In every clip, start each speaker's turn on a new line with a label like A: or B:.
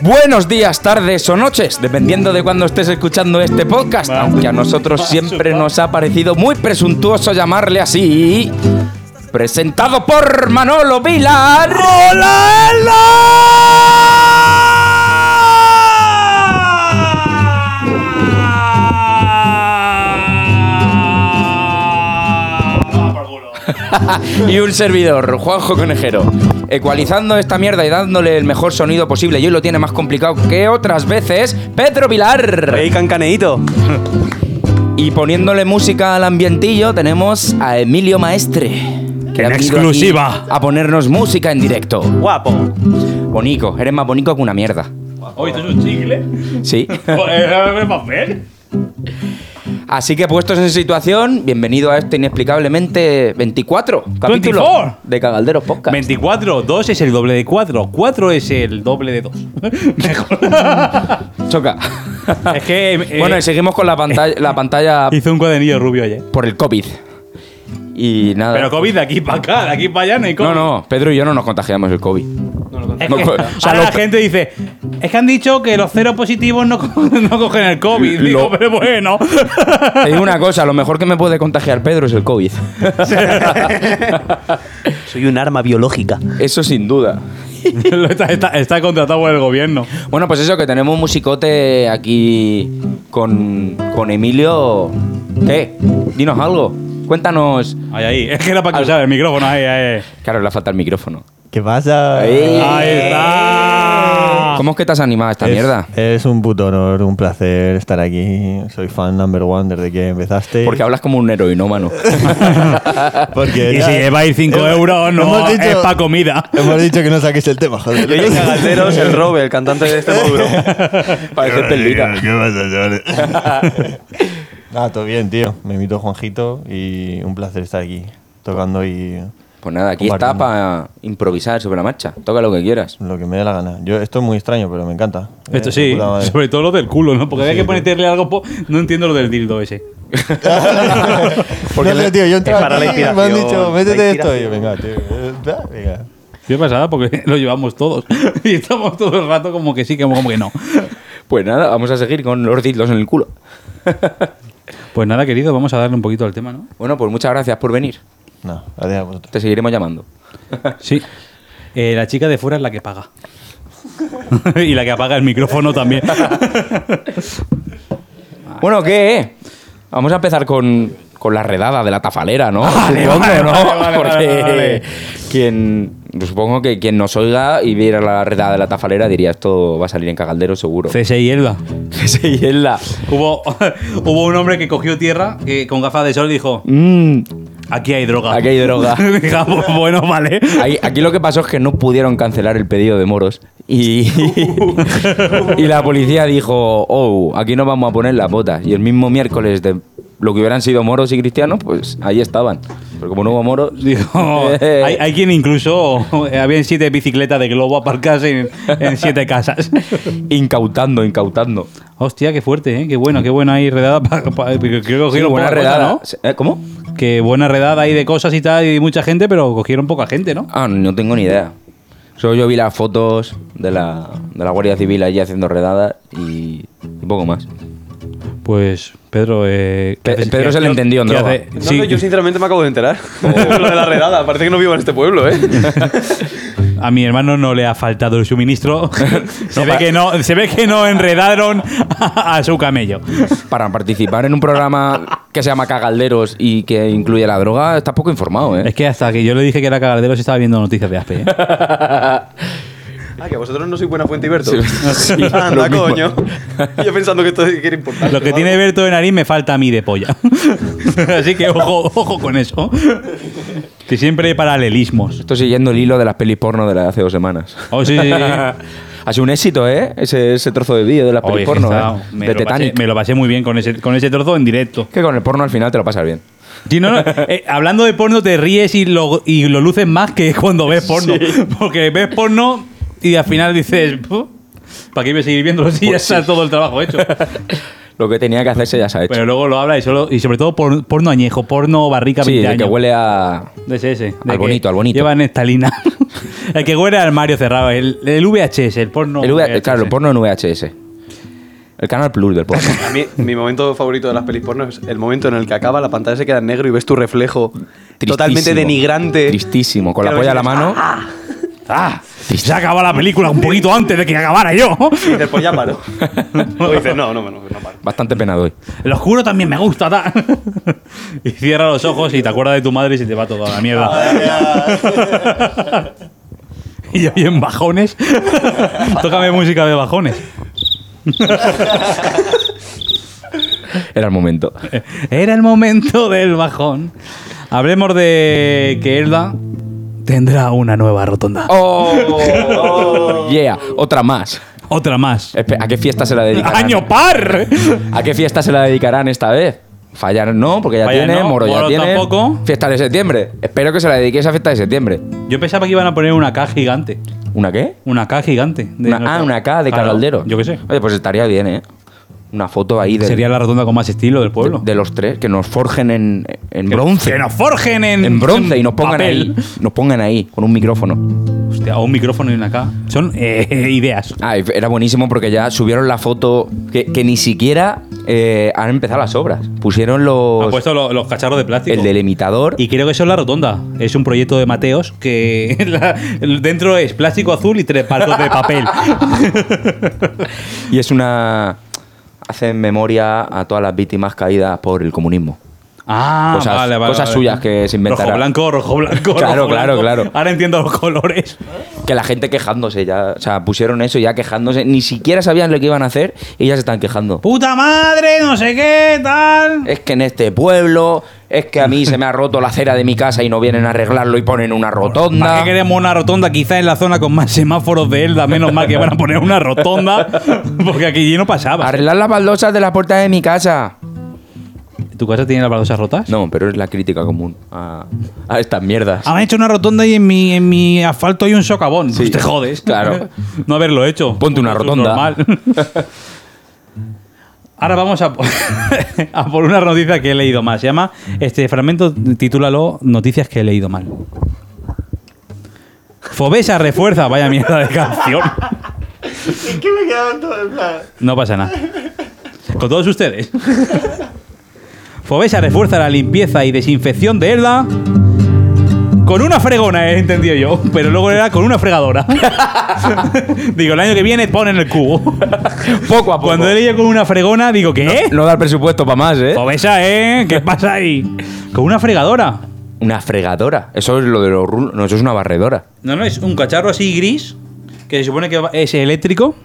A: buenos días, tardes o noches, dependiendo de cuando estés escuchando este podcast, aunque a nosotros siempre nos ha parecido muy presuntuoso llamarle así. Presentado por Manolo Vilar. ¡Hola, y un servidor, Juanjo Conejero. Ecualizando esta mierda y dándole el mejor sonido posible, y hoy lo tiene más complicado que otras veces, Pedro Vilar.
B: Ey, cancaneíto.
A: Y poniéndole música al ambientillo, tenemos a Emilio Maestre. Que
C: En
A: ha venido aquí
C: exclusiva.
A: A ponernos música en directo.
B: Guapo.
A: Bonico, eres más bonico que una mierda.
C: Oye, esto es un chicle. Pues,
A: Sí.
C: Joder, papel.
A: Así que puestos en situación, bienvenido a este inexplicablemente 24 capítulo
C: 24.
A: de Cagalderos Podcast.
C: 24, 2 es el doble de 4, 4 es el doble de 2. Mejor.
A: Choca.
C: es que. eh,
A: bueno, y seguimos con la pantalla, la pantalla
C: hizo un cuadernillo rubio ayer.
A: por el COVID. Y nada.
C: Pero COVID de aquí para acá, de aquí para allá no hay COVID.
A: no, no, Pedro y yo no nos contagiamos el COVID.
C: Es
A: No
C: que-
A: co-
C: ahora
A: o sea,
C: la
A: lo-
C: gente dice: Es que han dicho que los cero positivos no, co- no cogen el COVID. Digo,
A: Lo-
C: pero bueno.
A: Te digo una cosa, lo mejor que me puede contagiar Pedro es el COVID.
B: Soy un arma biológica.
A: Eso sin duda.
C: Lo está, está- está contratado por el gobierno.
A: Bueno, pues eso, que tenemos un musicote aquí con, con Emilio. ¿Qué? Dinos algo. Cuéntanos.
C: Ahí, ahí. Eh, Es que era para cruzar el micrófono. Ahí, ahí.
A: Claro, le falta el micrófono.
D: ¿Qué pasa?
A: Ahí.
C: Ahí está.
A: ¿Cómo es que te has animado a esta
D: Es-
A: mierda?
D: Es un puto honor, un placer estar aquí. Soy fan number one desde que empezaste.
A: Porque hablas como un heroinómano.
D: Porque
C: Y si lleváis 5 euros, no
D: hemos dicho-
C: es para comida.
D: Hemos dicho que no saques el tema, joder.
B: Yo y Cagalderos, el Robe, el cantante de este módulo.
A: Parece pelita.
D: ¿Qué pasa, chavales? Nada, todo bien, tío. Me invito Juanjito y un placer estar aquí tocando y
A: Pues nada, aquí está para improvisar sobre la marcha. Toca lo que quieras.
D: lo que me dé la gana. Yo, esto es muy extraño, pero me encanta. Eh,
C: Esto sí,
D: puta madre.
C: sobre todo lo del culo, ¿no? Porque hay que ponerle algo. po- no entiendo lo del dildo ese.
A: Porque
D: no
A: le-
D: sé, tío, yo
B: es
D: entraba
B: para la
D: aquí y me han
B: inspiración,
D: dicho,
B: la
D: métete esto. Y yo,
B: inspiración.
D: venga, tío. eh, da, Venga.
C: Qué pasada, porque lo llevamos todos. Y estamos todo el rato como que sí, como, como que no.
A: Pues nada, vamos a seguir con los dildos en el culo.
C: Pues nada, querido, vamos a darle un poquito al tema, ¿no?
A: Bueno, pues muchas gracias por venir.
D: No, gracias a vosotros.
A: Te seguiremos llamando.
C: Sí. Eh, la chica de fuera es la que paga. y la que apaga el micrófono también.
A: Ah, Bueno, ¿qué? Vamos a empezar con, con la redada de la tafalera, ¿no?
C: Ah, Vale,
A: supongo,
C: vale,
A: ¿no?
C: vale, vale,
A: Porque
C: vale, vale.
A: quien. pues Supongo que quien nos oiga y viera la redada de la tafalera diría esto va a salir en cagaldero seguro.
C: CSI Hierba.
A: Sí, es la.
C: Hubo, hubo un hombre que cogió tierra que con gafas de sol dijo:
A: Mm,
C: Aquí hay droga.
A: Aquí hay droga.
C: Digamos, bueno, vale.
A: Ahí- aquí lo que pasó es que no pudieron cancelar el pedido de moros y, y la policía dijo, oh, aquí no vamos a poner las botas. Y el mismo miércoles de lo que hubieran sido moros y cristianos, pues ahí estaban. Pero como no hubo moros,
C: Digo,
A: eh,
C: hay, hay quien incluso habían siete bicicletas de globo aparcadas en, en siete casas.
A: incautando, incautando.
C: Hostia, qué fuerte, ¿eh? qué bueno, qué buena ahí redada. pa- pa- eh, creo que
A: Sí,
C: cogieron
A: buena
C: poca cosa,
A: redada. Eh, ¿Cómo?
C: ¿no? Que buena redada ahí de cosas y tal, y mucha gente, pero cogieron poca gente, ¿no?
A: Ah, no tengo ni idea. Solo yo vi las fotos de la, de la Guardia Civil allí haciendo redadas y, y poco más.
C: Pues Pedro. Eh, ¿qué
A: Pe-
C: haces?
A: Pedro se le
C: ¿Qué-
A: entendió en
C: qué
A: droga.
C: hace?
B: No,
C: Sí. Oh.
B: no, yo sinceramente me acabo de enterar. Lo de la redada, parece que no vivo en este pueblo, ¿eh?
C: A mi hermano no le ha faltado el suministro. se, ve que no, se ve que no enredaron a, a su camello.
A: Para participar en un programa que se llama Cagalderos y que incluye la droga, estás poco informado, ¿eh?
C: Es que hasta que yo le dije que era cagardero se estaba viendo noticias de Aspe. ¿eh?
B: Ah, que vosotros no sois buena fuente, Iberto.
A: Sí, lo
B: Anda,
A: mismo.
B: coño. Yo pensando que esto que era importante.
C: Lo que
B: ¿no?
C: tiene Berto de nariz me falta a mí de polla. Así que ojo, ojo con eso. Que siempre hay paralelismos.
A: Estoy siguiendo el hilo de las pelis porno de las de hace dos semanas.
C: Oh, sí, sí, sí.
A: ha sido un éxito, ¿eh? Ese, ese trozo de vídeo de las
C: Oye,
A: pelis
C: que
A: porno,
C: está-
A: ¿eh?
C: me,
A: De
C: lo pasé,
A: Titanic.
C: me lo pasé muy bien con ese, con ese trozo en directo.
A: Que con el porno al final te lo pasas bien.
C: Sí, no, no, eh, hablando de porno, te ríes y lo, y lo luces más que cuando ves porno. Porque ves porno
A: Pues
C: y al final dices, "Puh, ¿para qué voy a seguir viéndolo si ya está todo el trabajo hecho?
A: lo que tenía que hacerse ya se ha hecho.
C: Pero luego lo habla y, solo, y sobre todo por, porno añejo, porno barrica
A: sí,
C: 20
A: de que
C: años.
A: huele a.
C: De ese, ese, de
A: Al
C: que
A: bonito, al bonito.
C: Llevan estalina. el que huele al Mario cerrado. El, el VHS, el porno.
A: el V-
C: VHS.
A: Claro, el porno en VHS. El canal Plus del porno.
B: A mí, mi momento favorito de las pelis porno es el momento en el que acaba, la pantalla se queda en negro y ves tu reflejo
A: Tristísimo.
B: totalmente denigrante.
A: Tristísimo, con la
B: Claro,
A: polla
B: sí,
A: a la
B: sí.
A: mano.
C: ¡Ah! Se ha acabado la película un poquito antes de que acabara yo.
B: Y dices, pues ya paro. O dices, no, no, no, no paro.
A: Bastante penado hoy.
C: El oscuro también me gusta. ta. y cierra los ojos y te acuerdas de tu madre y se te va toda la mierda. y yo en bajones. Tócame música de bajones.
A: Era el momento.
C: Era el momento del bajón. Hablemos de que Elda tendrá una nueva rotonda.
A: ¡Oh! ¡Yeah! Otra más.
C: Otra más.
A: Espe- ¿A qué fiesta se la dedicarán?
C: ¡Año par!
A: ¿A qué fiesta se la dedicarán esta vez? Fallar no, porque ya
C: Fallar
A: tiene,
C: no,
A: Moro ya
C: Moro
A: tiene.
C: tampoco.
A: Fiesta de septiembre. Espero que se la dediquéis a fiesta de septiembre.
C: Yo pensaba que iban a poner una K gigante.
A: ¿Una qué?
C: Una K gigante. de
A: Una-
C: nuestra-
A: ah, una K de
C: Claro,
A: Caraldero.
C: Yo qué sé.
A: Oye, pues estaría bien, ¿eh? Una foto ahí de,
C: Sería la rotonda con más estilo del pueblo.
A: de, de los tres, que nos forjen en, en bronce.
C: Que nos forjen en,
A: en bronce y nos pongan
C: Mm, papel.
A: ahí. Nos pongan ahí, con un micrófono.
C: Hostia, o un micrófono y una K. Son eh, ideas.
A: Ah, era buenísimo porque ya subieron la foto que, que ni siquiera eh, han empezado las obras. Pusieron
C: Han
A: los.
C: puesto lo- los, cacharros de plástico.
A: Pues el em- delimitador.
C: Y creo que eso es la rotonda. Es un proyecto de Mateos que la- dentro es plástico azul y tres palos de papel.
A: Y es una. Hace memoria a todas las víctimas caídas por el comunismo.
C: Ah,
A: Cosas-
C: vale, vale,
A: cosas
C: vale.
A: suyas que se inventará.
C: Rojo blanco, rojo blanco.
A: Claro,
C: rojo
A: claro,
C: blanco.
A: claro.
C: Ahora entiendo los colores.
A: Que la gente quejándose ya. O sea, pusieron eso ya quejándose. Ni siquiera sabían lo que iban a hacer y ya se están quejando.
C: ¡Puta madre! No sé qué, tal.
A: Es que en este pueblo, es que a mí se me ha roto la acera de mi casa y no vienen a arreglarlo y ponen una
C: ¿Para
A: rotonda.
C: qué queremos una rotonda? Quizás en la zona con más semáforos de Elda, menos mal que van a poner una rotonda, porque aquí no pasaba.
A: Arreglar las baldosas de la puerta de mi casa.
C: ¿Tu casa tiene las baldosas rotas?
A: No, pero es la crítica común a, a estas mierdas.
C: Han hecho una rotonda y en mi, en mi asfalto hay un socavón. Pues te jodes.
A: claro.
C: no haberlo hecho.
A: Ponte una
C: Es
A: rotonda.
C: normal. Ahora vamos a, po- a por una noticia que he leído mal. Se llama, este fragmento, titúlalo Noticias que he leído mal. Fobesa refuerza, vaya mierda de canción.
D: Es que me quedaban todo en plan.
C: No pasa nada. Con todos ustedes. Fobesa refuerza la limpieza y desinfección de Elda con una fregona, he entendido yo, pero luego era con una fregadora. digo, el año que viene ponen el cubo.
A: Poco a poco.
C: Cuando he leído con una fregona, digo, ¿qué?
A: No da el presupuesto para más, ¿eh?
C: Fobesa, ¿eh? ¿Qué pasa ahí? Con una fregadora.
A: Una fregadora. Eso es lo de los rulos. No, eso es una barredora.
C: No, no, es un cacharro así gris que se supone que va- es eléctrico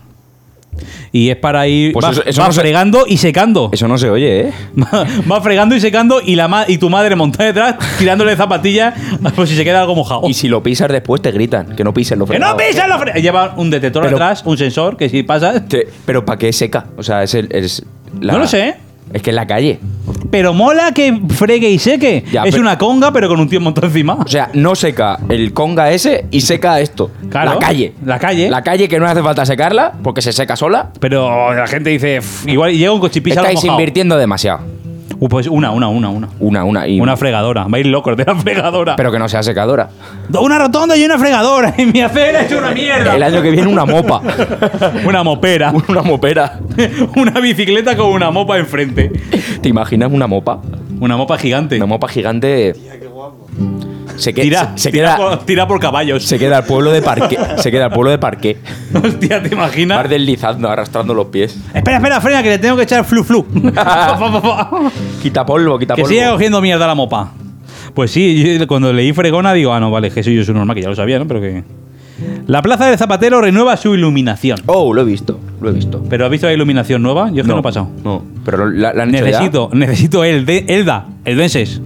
C: y es para ir
A: Pues
C: va,
A: eso- eso
C: va
A: no se-
C: fregando y secando.
A: Eso no se oye, ¿eh?
C: Va va fregando y secando y, la ma- y tu madre monta detrás tirándole zapatillas por si se queda algo mojado.
A: Y si lo pisas después te gritan Oh. que no pisen lo
C: ¡Que no
A: fregado.
C: pisas la fre- Lleva un detector
A: Pero-
C: atrás, un sensor, que si pasas...
A: Te- Pero ¿para qué seca? O sea, es el. es la-
C: No lo sé.
A: Es que es la calle.
C: Pero mola que fregue y seque.
A: Ya,
C: es
A: pero-
C: una conga, pero con un tío montado encima.
A: O sea, no seca el conga ese y seca esto.
C: Claro.
A: La calle.
C: La calle.
A: La calle que no hace falta secarla porque se seca sola.
C: pero la gente dice... "Pff, Igual llega un coche y pisa algo
A: Estáis
C: mojado".
A: invirtiendo demasiado.
C: Uh, pues una, una, una, una.
A: Una, una. Y,
C: Una fregadora. Va a ir loco de la fregadora.
A: pero que no sea secadora.
C: Una rotonda y una fregadora. Y mi acera es una mierda.
A: El año que viene una mopa.
C: Una mopera.
A: una mopera.
C: una bicicleta con una mopa enfrente.
A: ¿Te imaginas una mopa?
C: Una mopa gigante.
A: Una mopa gigante. Se, que-
C: Tira,
A: se, se
C: tira,
A: queda,
C: por, tira por caballos.
A: se queda al pueblo de parque. Se queda al pueblo de parque.
C: Hostia, ¿te imaginas?
A: Vas deslizando, arrastrando los pies.
C: Espera, espera, frena, que le tengo que echar flu flu. Pa, pa, pa, pa.
A: Quita polvo, quita
C: que eh.
A: polvo.
C: siga cogiendo mierda la mopa. Pues sí, yo cuando leí fregona digo, ah, no, vale, que soy yo soy normal, que ya lo sabía, ¿no? Pero que. La plaza del Zapatero renueva su iluminación.
A: Oh, lo he visto, lo he visto.
C: ¿Pero has visto la iluminación nueva? Yo es que no, he pasado.
A: No, pero lo- la, la han hecho ya.
C: Necesito, necesito el de Elda, el Denses.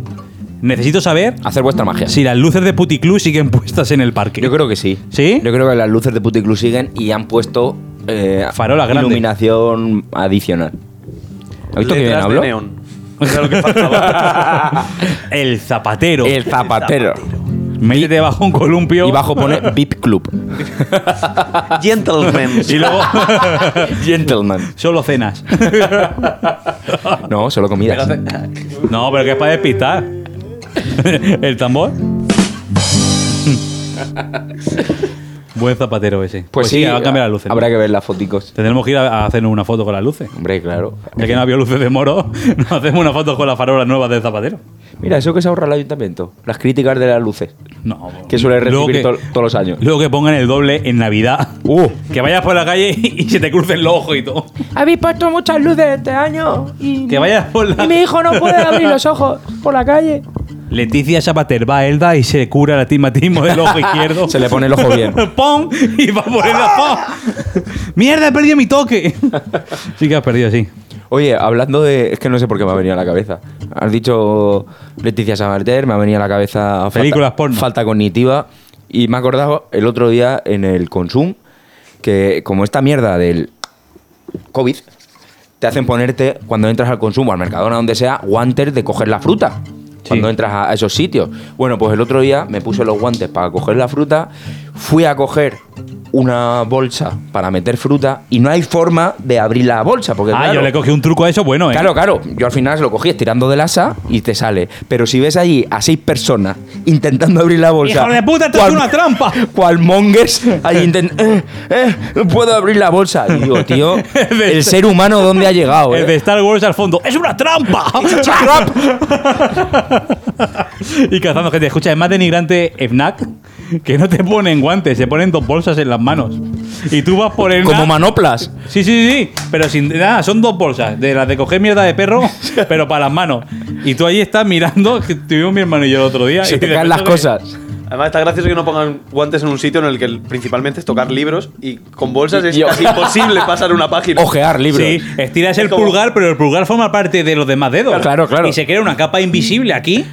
C: Necesito saber
A: Hacer vuestra magia.
C: si las luces de Puticlub siguen puestas en el parque.
A: Yo creo que sí.
C: ¿Sí?
A: Yo creo que las luces de Puticlub siguen y han puesto eh,
C: Farolas grandes.
A: iluminación adicional. ¿Has visto que bien
B: Oh, Letras de
A: hablo?
B: neón. Era lo que faltaba.
C: El zapatero.
A: El zapatero.
C: Métete bajo un columpio.
A: Y bajo pone VIP Club. Ah.
B: Gentlemen.
C: Y luego
A: Gentleman.
C: solo cenas.
A: No, solo comidas.
C: No, pero que es para despistar. El tambor. Buen zapatero ese. Pues, sí, va a cambiar las luces.
A: Habrá que ver las foticos.
C: Tendremos que ir a a hacernos una foto con las luces.
A: Hombre, claro.
C: Ya que no había luces de moro, nos hacemos una foto con las farolas nuevas del zapatero.
A: Mira, eso que se ahorra el ayuntamiento. Las críticas de las luces.
C: No.
A: Que suele
C: Luego
A: recibir
C: que-
A: to- todos los años.
C: Luego que pongan el doble en Navidad.
A: Uh.
C: Que vayas por la calle y se te crucen los ojos y todo.
E: Habéis puesto muchas luces este año y,
C: Que vayas por la.
E: y mi hijo no puede abrir los ojos por la calle.
C: Leticia Zapater va a Elda y se cura el astigmatismo del ojo izquierdo.
A: Se le pone el ojo bien.
C: ¡Pum! Y va por Elda. ¡Pum! ¡Mierda, he perdido mi toque! Sí que has perdido, sí.
A: Oye, hablando de. Es que no sé por qué me ha venido a la cabeza. Has dicho Leticia Sabater, me ha venido a la cabeza. falta-
C: Películas porno.
A: Falta cognitiva. Y me he acordado el otro día en el Consum que, como esta mierda del COVID, te hacen ponerte, cuando entras al consumo, al mercadona, donde sea, guantes de coger la fruta. Cuando entras a a esos sitios. Bueno, pues el otro día me puse los guantes para coger la fruta, fui a coger una bolsa para meter fruta y no hay forma de abrir la bolsa. Porque,
C: ah,
A: Pues claro,
C: yo le cogí un truco a eso bueno, ¿eh?
A: Claro, claro. Yo al final se lo cogí estirando del asa y te sale. Pero si ves allí a seis personas intentando abrir la bolsa.
C: ¡Hijo de puta, esto es
A: cual-
C: una trampa!
A: Cual mongues allí intentando. Eh, eh, no puedo abrir la bolsa. Y digo, tío, el ser humano, ¿dónde ha llegado?
C: El
A: eh?
C: este de este Star Wars al fondo. ¡Es una trampa! y cazando gente. Escucha, es más denigrante FNAC que no te ponen guantes, se ponen dos bolsas en las manos. Y tú vas por el.
A: Como
C: NAC-
A: manoplas.
C: Sí, sí, sí, pero sin nada, son dos bolsas, de las de coger mierda de perro, pero para las manos. Y tú ahí estás mirando, que tuvimos mi hermano y yo el otro día.
A: Se
C: y
A: te
C: de
A: caen las
C: repente-
A: cosas.
B: Además, está gracioso que no pongan guantes en un sitio en el que el- principalmente es tocar libros y con bolsas es
A: Y-
B: casi imposible pasar una página.
A: Ojear libros.
C: Sí, estiras el
B: Es como-
C: pulgar, pero el pulgar forma parte de los demás dedos.
A: Claro, claro.
C: Y se crea una capa invisible aquí.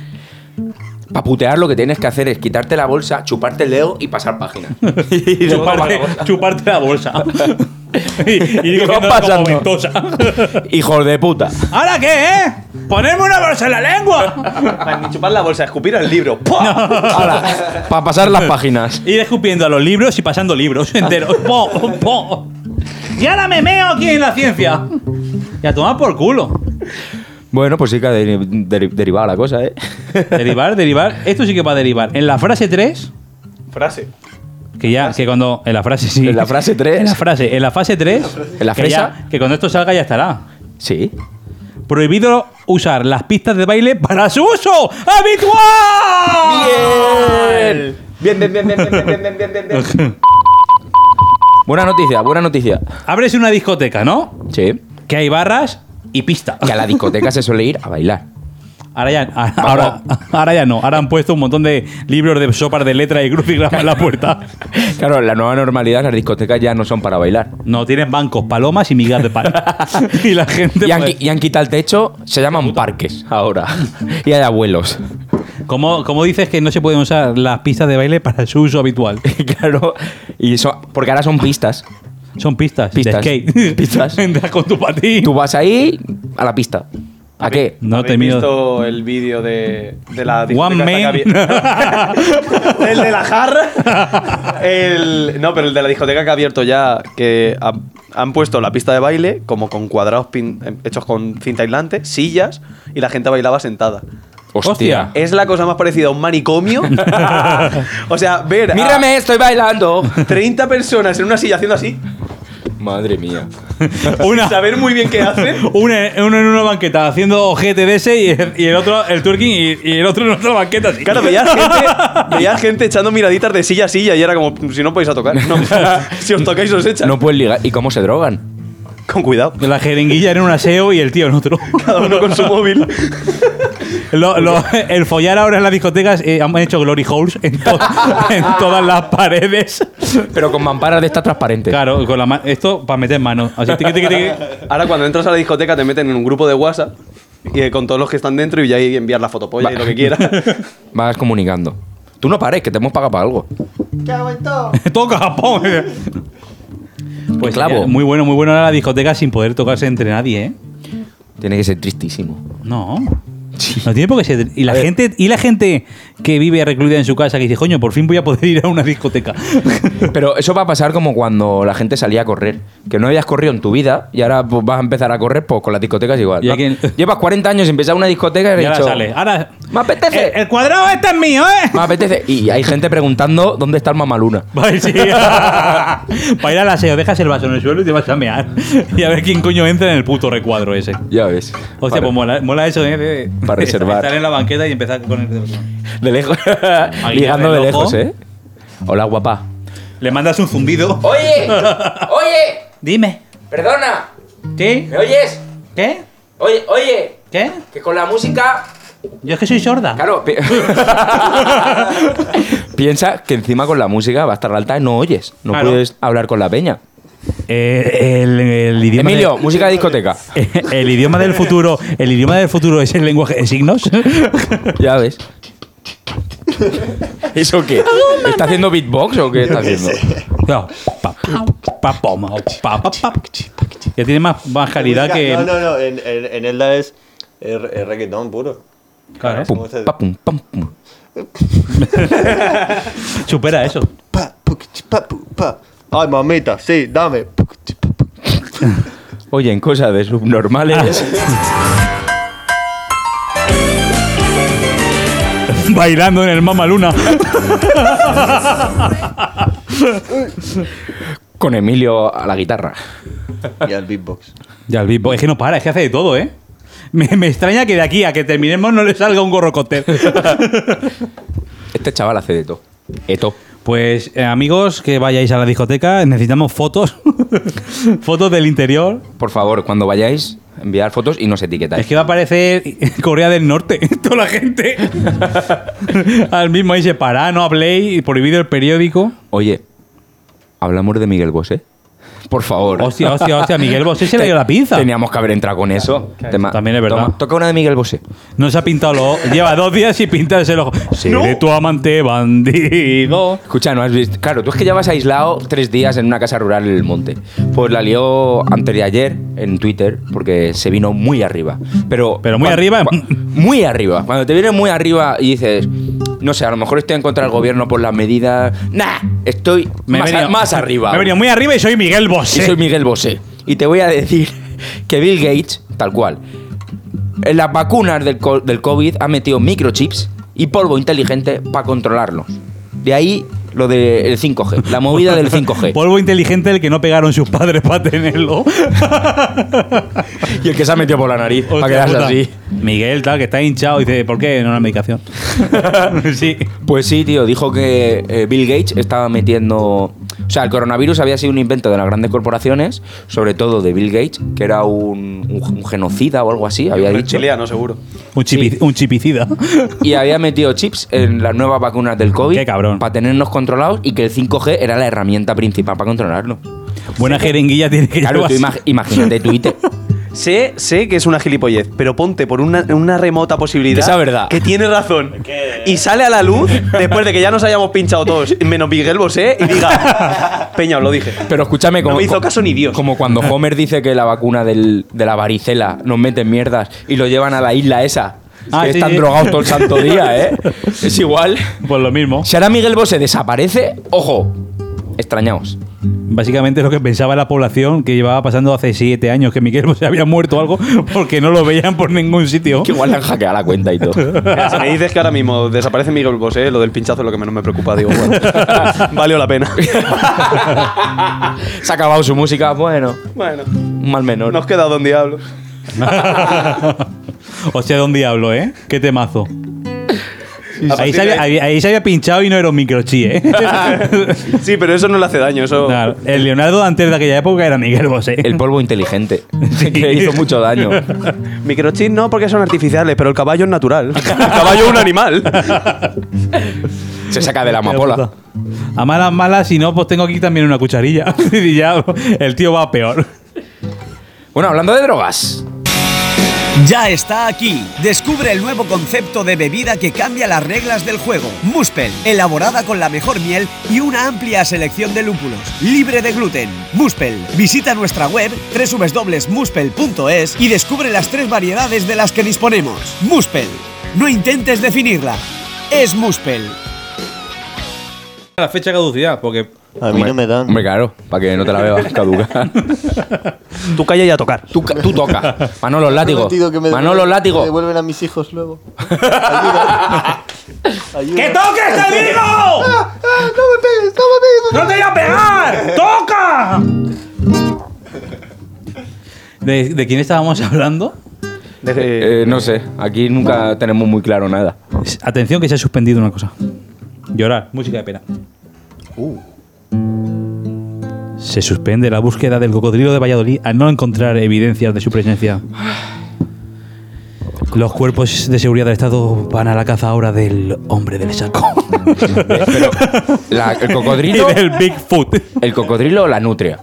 A: Para putear, lo que tienes que hacer es quitarte la bolsa, chuparte el dedo y pasar página.
C: Y
A: luego
C: chuparte, chuparte la bolsa. y, y digo
A: va
C: que
A: pasando.
C: como ventosa.
A: Hijos de puta.
C: ¿Ahora qué, eh? ¡Ponerme una bolsa en la lengua!
B: Ah, Ni chupar la bolsa, escupir el libro. ¡Pua!
A: Para pasar las páginas.
C: Ir escupiendo a los libros y pasando libros enteros. Po, po. Y ahora me meo aquí en la ciencia. Y a tomar por culo.
A: Bueno, pues sí que ha de- de- derivado la cosa, ¿eh?
C: Derivar, derivar. Esto sí que va a derivar. En la frase 3,
B: Frase.
C: que ya, que cuando. En la frase sí.
A: En la frase 3.
C: En la frase, en la fase 3.
A: ¿En la
C: que, ya-
A: fresa?
C: que cuando esto salga ya estará.
A: Sí.
C: Prohibido usar las pistas de baile para su uso habitual.
B: Bien, bien, bien, bien, bien, bien, bien, bien, bien, bien.
A: Buena noticia, buena noticia.
C: Abres una discoteca, ¿no?
A: Sí.
C: Que hay barras y pista.
A: Que a la discoteca se suele ir a bailar.
C: Ahora ya, a- ahora, ahora ya no. Ahora han puesto un montón de libros de sopas de letra y crucigramas en la puerta.
A: Claro, en la nueva normalidad las discotecas ya no son para bailar.
C: No, tienen bancos, palomas y migas de pan. y la gente.
A: Y han,
C: pues,
A: qui- y han quitado el techo, se llaman parques ahora. Y hay abuelos.
C: ¿cómo, cómo dices que no se pueden usar las pistas de baile para su uso habitual?
A: Claro. Y son, porque ahora son pistas.
C: Son pistas.
A: Pistas.
C: De skate.
A: Pistas.
C: Entras con tu patín.
A: Tú vas ahí a la pista. ¿A qué?
C: No te
B: ¿Habéis
C: miedo.
B: visto el vídeo de, de la
C: One
B: discoteca esta que
C: man.
B: había- el de la jarra. El, no, pero el de la discoteca que ha abierto ya, que ha- han puesto la pista de baile como con cuadrados pin- em, hechos con cinta aislante, sillas, y la gente bailaba sentada.
C: Hostia.
B: Es la cosa más parecida a un manicomio. o sea, ver a
A: Mírame, estoy bailando.
B: 30 personas en una silla haciendo así,
A: Madre mía.
C: Una,
B: saber muy bien qué hacen.
C: Uno, en- uno en una banqueta haciendo GTDS y, el- y el otro el twerking y, y el otro en otra banqueta. así.
B: Claro, veía gente, veía gente echando miraditas de silla a silla y era como, "Pues, si no podéis a tocar. No, si os tocáis os echan.
A: No puedes ligar. ¿Y cómo se drogan?
B: Con cuidado.
C: La jeringuilla en un aseo y el tío en otro.
B: Cada uno con su móvil.
C: Lo- lo- el follar ahora en las discotecas eh, han hecho glory holes en, to- en todas las paredes.
A: Pero con mamparas de estas transparentes.
C: Claro, con la ma- esto para meter mano. Así, tiqui, tiqui, tiqui.
B: Ahora cuando entras a la discoteca te meten en un grupo de WhatsApp y, eh, con todos los que están dentro y ya ahí enviar la fotopolla y lo que quieras.
A: Vas comunicando. Tú no pares, que te hemos pagado para algo.
C: Toca, pon. Pues
A: clavo.
C: eh, muy bueno, muy bueno ahora la discoteca sin poder tocarse entre nadie, ¿eh?
A: Tiene que ser tristísimo.
C: No. No tiene por qué ser. Y la, gente, y la gente que vive recluida en su casa que dice, coño, por fin voy a poder ir a una discoteca.
A: Pero eso va a pasar como cuando la gente salía a correr. Que no habías corrido en tu vida y ahora pues, vas a empezar a correr pues, con las discotecas igual.
C: Y
A: ¿no?
C: aquí-
A: Llevas 40 años y empezar una discoteca y
C: y
A: has
C: ahora
A: dicho,
C: sale. Ahora,
A: Me apetece.
C: El, el cuadrado este es mío, ¿eh?
A: Me apetece. Y hay gente preguntando dónde está el mamaluna.
C: Vale, sí. Para ir al aseo, dejas el vaso en el suelo y te vas a mear. Y a ver quién coño entra en el puto recuadro ese.
A: Ya ves.
C: Hostia,
A: Para-
C: pues mola, mola eso, ¿eh? De,
A: Para
C: de
A: reservar.
C: Estar en la banqueta y empezar con el...
A: De lejos. Ligando de
C: el ojo.
A: lejos, ¿eh? Hola, guapa.
C: Le mandas un zumbido.
A: Oye, oye,
C: Dime.
A: perdona.
C: ¿Sí?
A: ¿Me oyes?
C: ¿Qué?
A: Oye, oye,
C: ¿Qué?
A: que con la música...
C: Yo es que soy sorda.
A: Claro. pi- Piensa que encima con la música va a estar alta y no oyes. No
C: Claro.
A: puedes hablar con la peña.
C: Eh, el, el idioma de-
A: Emilio, música de discoteca.
C: el idioma del futuro, el idioma del futuro es el lenguaje de signos.
A: Ya ves. ¿Eso qué? ¿Está haciendo beatbox o qué está haciendo?
C: No, pa, pa, pa, ma, pa, pa, pa. Ya tiene más, más calidad que.
D: No, no, no. En, en, en Elda es, es re- es reggaetón puro.
C: Claro,
A: Pum, pa, pum, pam, pum.
C: supera eso.
D: Pa, puc, chi, pa, pu, pa. Ay, mamita, sí, dame. Puc, chi, pa, pu.
A: Oye, en cosas de subnormales.
C: Bailando en el Mama Luna.
A: Con Emilio a la guitarra.
D: Y al beatbox.
C: Ya el beatbox. Es que no para, es que hace de todo, ¿eh? Me, me extraña que de aquí a que terminemos no le salga un gorro cóctel.
A: Este chaval hace de todo. Eto.
C: Pues eh, amigos, que vayáis a la discoteca, necesitamos fotos. fotos del interior.
A: Por favor, cuando vayáis, enviar fotos y nos etiquetáis.
C: Es que va a aparecer Corea del Norte, toda la gente. Al mismo ahí se para, no habléis, prohibido el periódico.
A: Oye, hablamos de Miguel Bosé. Por favor.
C: Hostia, hostia, hostia, Miguel Bosé se le
A: Te-
C: dio la pinza.
A: Teníamos que haber entrado con eso. Tema-
C: También es verdad.
A: Toma, toca una de Miguel Bosé.
C: No se ha pintado los ojos. Lleva dos días sin pintarse el ojo. Seré tu amante bandido.
A: Escucha, no has visto. Claro, tú es que llevas aislado tres días en una casa rural en el monte. Pues la lió antes de ayer en Twitter porque se vino muy arriba. Pero,
C: Pero muy
A: cuan-
C: arriba.
A: cua- Muy arriba. Cuando te vienes muy arriba y dices, no sé, a lo mejor estoy en contra del gobierno por las medidas. Nah, estoy
C: Me he
A: más, a-
C: venido-
A: más arriba.
C: Me he venido muy arriba y soy Miguel
A: Y
C: Bosé.
A: soy Miguel Bosé. Y te voy a decir que Bill Gates, tal cual, en las vacunas del, co- del COVID ha metido microchips y polvo inteligente para controlarlos. De ahí lo del 5G, la movida del 5G.
C: Polvo inteligente el que no pegaron sus padres para tenerlo.
A: Y el que se ha metido por la nariz, para
C: Hostia
A: quedarse
C: puta.
A: así.
C: Miguel, tal, que está hinchado, dice, ¿por qué no la medicación? sí.
A: Pues sí, tío, dijo que eh, Bill Gates estaba metiendo... O sea, el coronavirus había sido un invento de las grandes corporaciones, sobre todo de Bill Gates, que era un, un- un genocida o algo así, había dicho.
B: Reptiliano, seguro.
C: Un, chipi- un chipicida.
A: y había metido chips en las nuevas vacunas del COVID.
C: Qué cabrón.
A: Para tenernos controlados y que el 5G era la herramienta principal para controlarlo.
C: Buena jeringuilla tiene que
A: Claro, tú
C: llevarse.
A: imag- imagínate Twitter.
B: Sé, sé que es una gilipollez, pero ponte por una, una remota posibilidad
A: Esa verdad.
B: que tiene razón y sale a la luz después de que ya nos hayamos pinchado todos, menos Miguel Bosé, y diga, Peña, os lo dije.
A: Pero escúchame, como,
B: no me hizo caso ni Dios.
A: como cuando Homer dice que la vacuna del- de la varicela nos meten mierdas y lo llevan a la isla esa.
C: Ah,
A: que
C: sí,
A: están
C: sí.
A: drogados todo el santo día, ¿eh? Es igual.
C: Pues lo mismo.
A: Si ahora Miguel Bosé desaparece, ojo, extrañaos.
C: Básicamente lo que pensaba la población que llevaba pasando hace siete años que Miguel se había muerto o algo porque no lo veían por ningún sitio.
A: Que igual le han hackeado la cuenta y todo.
B: Mira, si me dices que ahora mismo desaparece Miguel Bosé, lo del pinchazo es lo que menos me preocupa, digo, bueno, valió la pena.
A: Se ha acabado su música, bueno,
B: bueno,
A: un mal menor.
B: nos queda Don Diablo.
C: Hostia, de un diablo, ¿eh? Qué temazo. Ahí
B: partir
C: se,
B: de-
C: había, ahí- ahí se había pinchado y no era un microchi, ¿eh?
B: Sí, pero eso no le hace daño, eso...
C: Claro, el Leonardo Dantes de aquella época era Miguel Bosé.
A: El polvo inteligente, que hizo mucho daño.
B: Microchip no porque son artificiales, pero el caballo es natural. El caballo es un animal.
A: Se saca de la amapola.
C: A malas, malas, si no, pues tengo aquí también una cucharilla. y ya el tío va peor.
A: Bueno, hablando de drogas.
F: Ya está aquí. Descubre el nuevo concepto de bebida que cambia las reglas del juego. Muspel, elaborada con la mejor miel y una amplia selección de lúpulos, libre de gluten. Muspel, visita nuestra web www.muspel.es y descubre las tres variedades de las que disponemos. Muspel, no intentes definirla. Es Muspel.
C: La fecha de caducidad, porque.
D: A mí no me dan.
A: Hombre, claro, para que no te la bebas caduca.
B: Tú calla y a tocar.
A: Tú, ca- tú toca. Manolo, látigo.
D: Prometido que me
A: Manolo,
D: devuelven- me
A: látigo.
D: devuelven a mis hijos luego. Ayuda. Ayuda.
C: ¡Que toques, te digo!
D: ¡Ah, ¡No me pegues! ¡No me pegues!
C: ¡No te voy a pegar! ¡Toca! ¿De, de quién estábamos hablando?
B: Desde-
A: Eh, no sé, aquí nunca tenemos muy claro nada.
C: Atención que se ha suspendido una cosa. Llorar, música de pena.
A: Uh.
C: Se suspende la búsqueda del cocodrilo de Valladolid al no encontrar evidencias de su presencia.
A: Ah.
C: Los cuerpos de seguridad del Estado van a la caza ahora del hombre del saco.
A: La- el
C: y
A: cocodrilo.
C: del Bigfoot.
A: El cocodrilo o la nutria.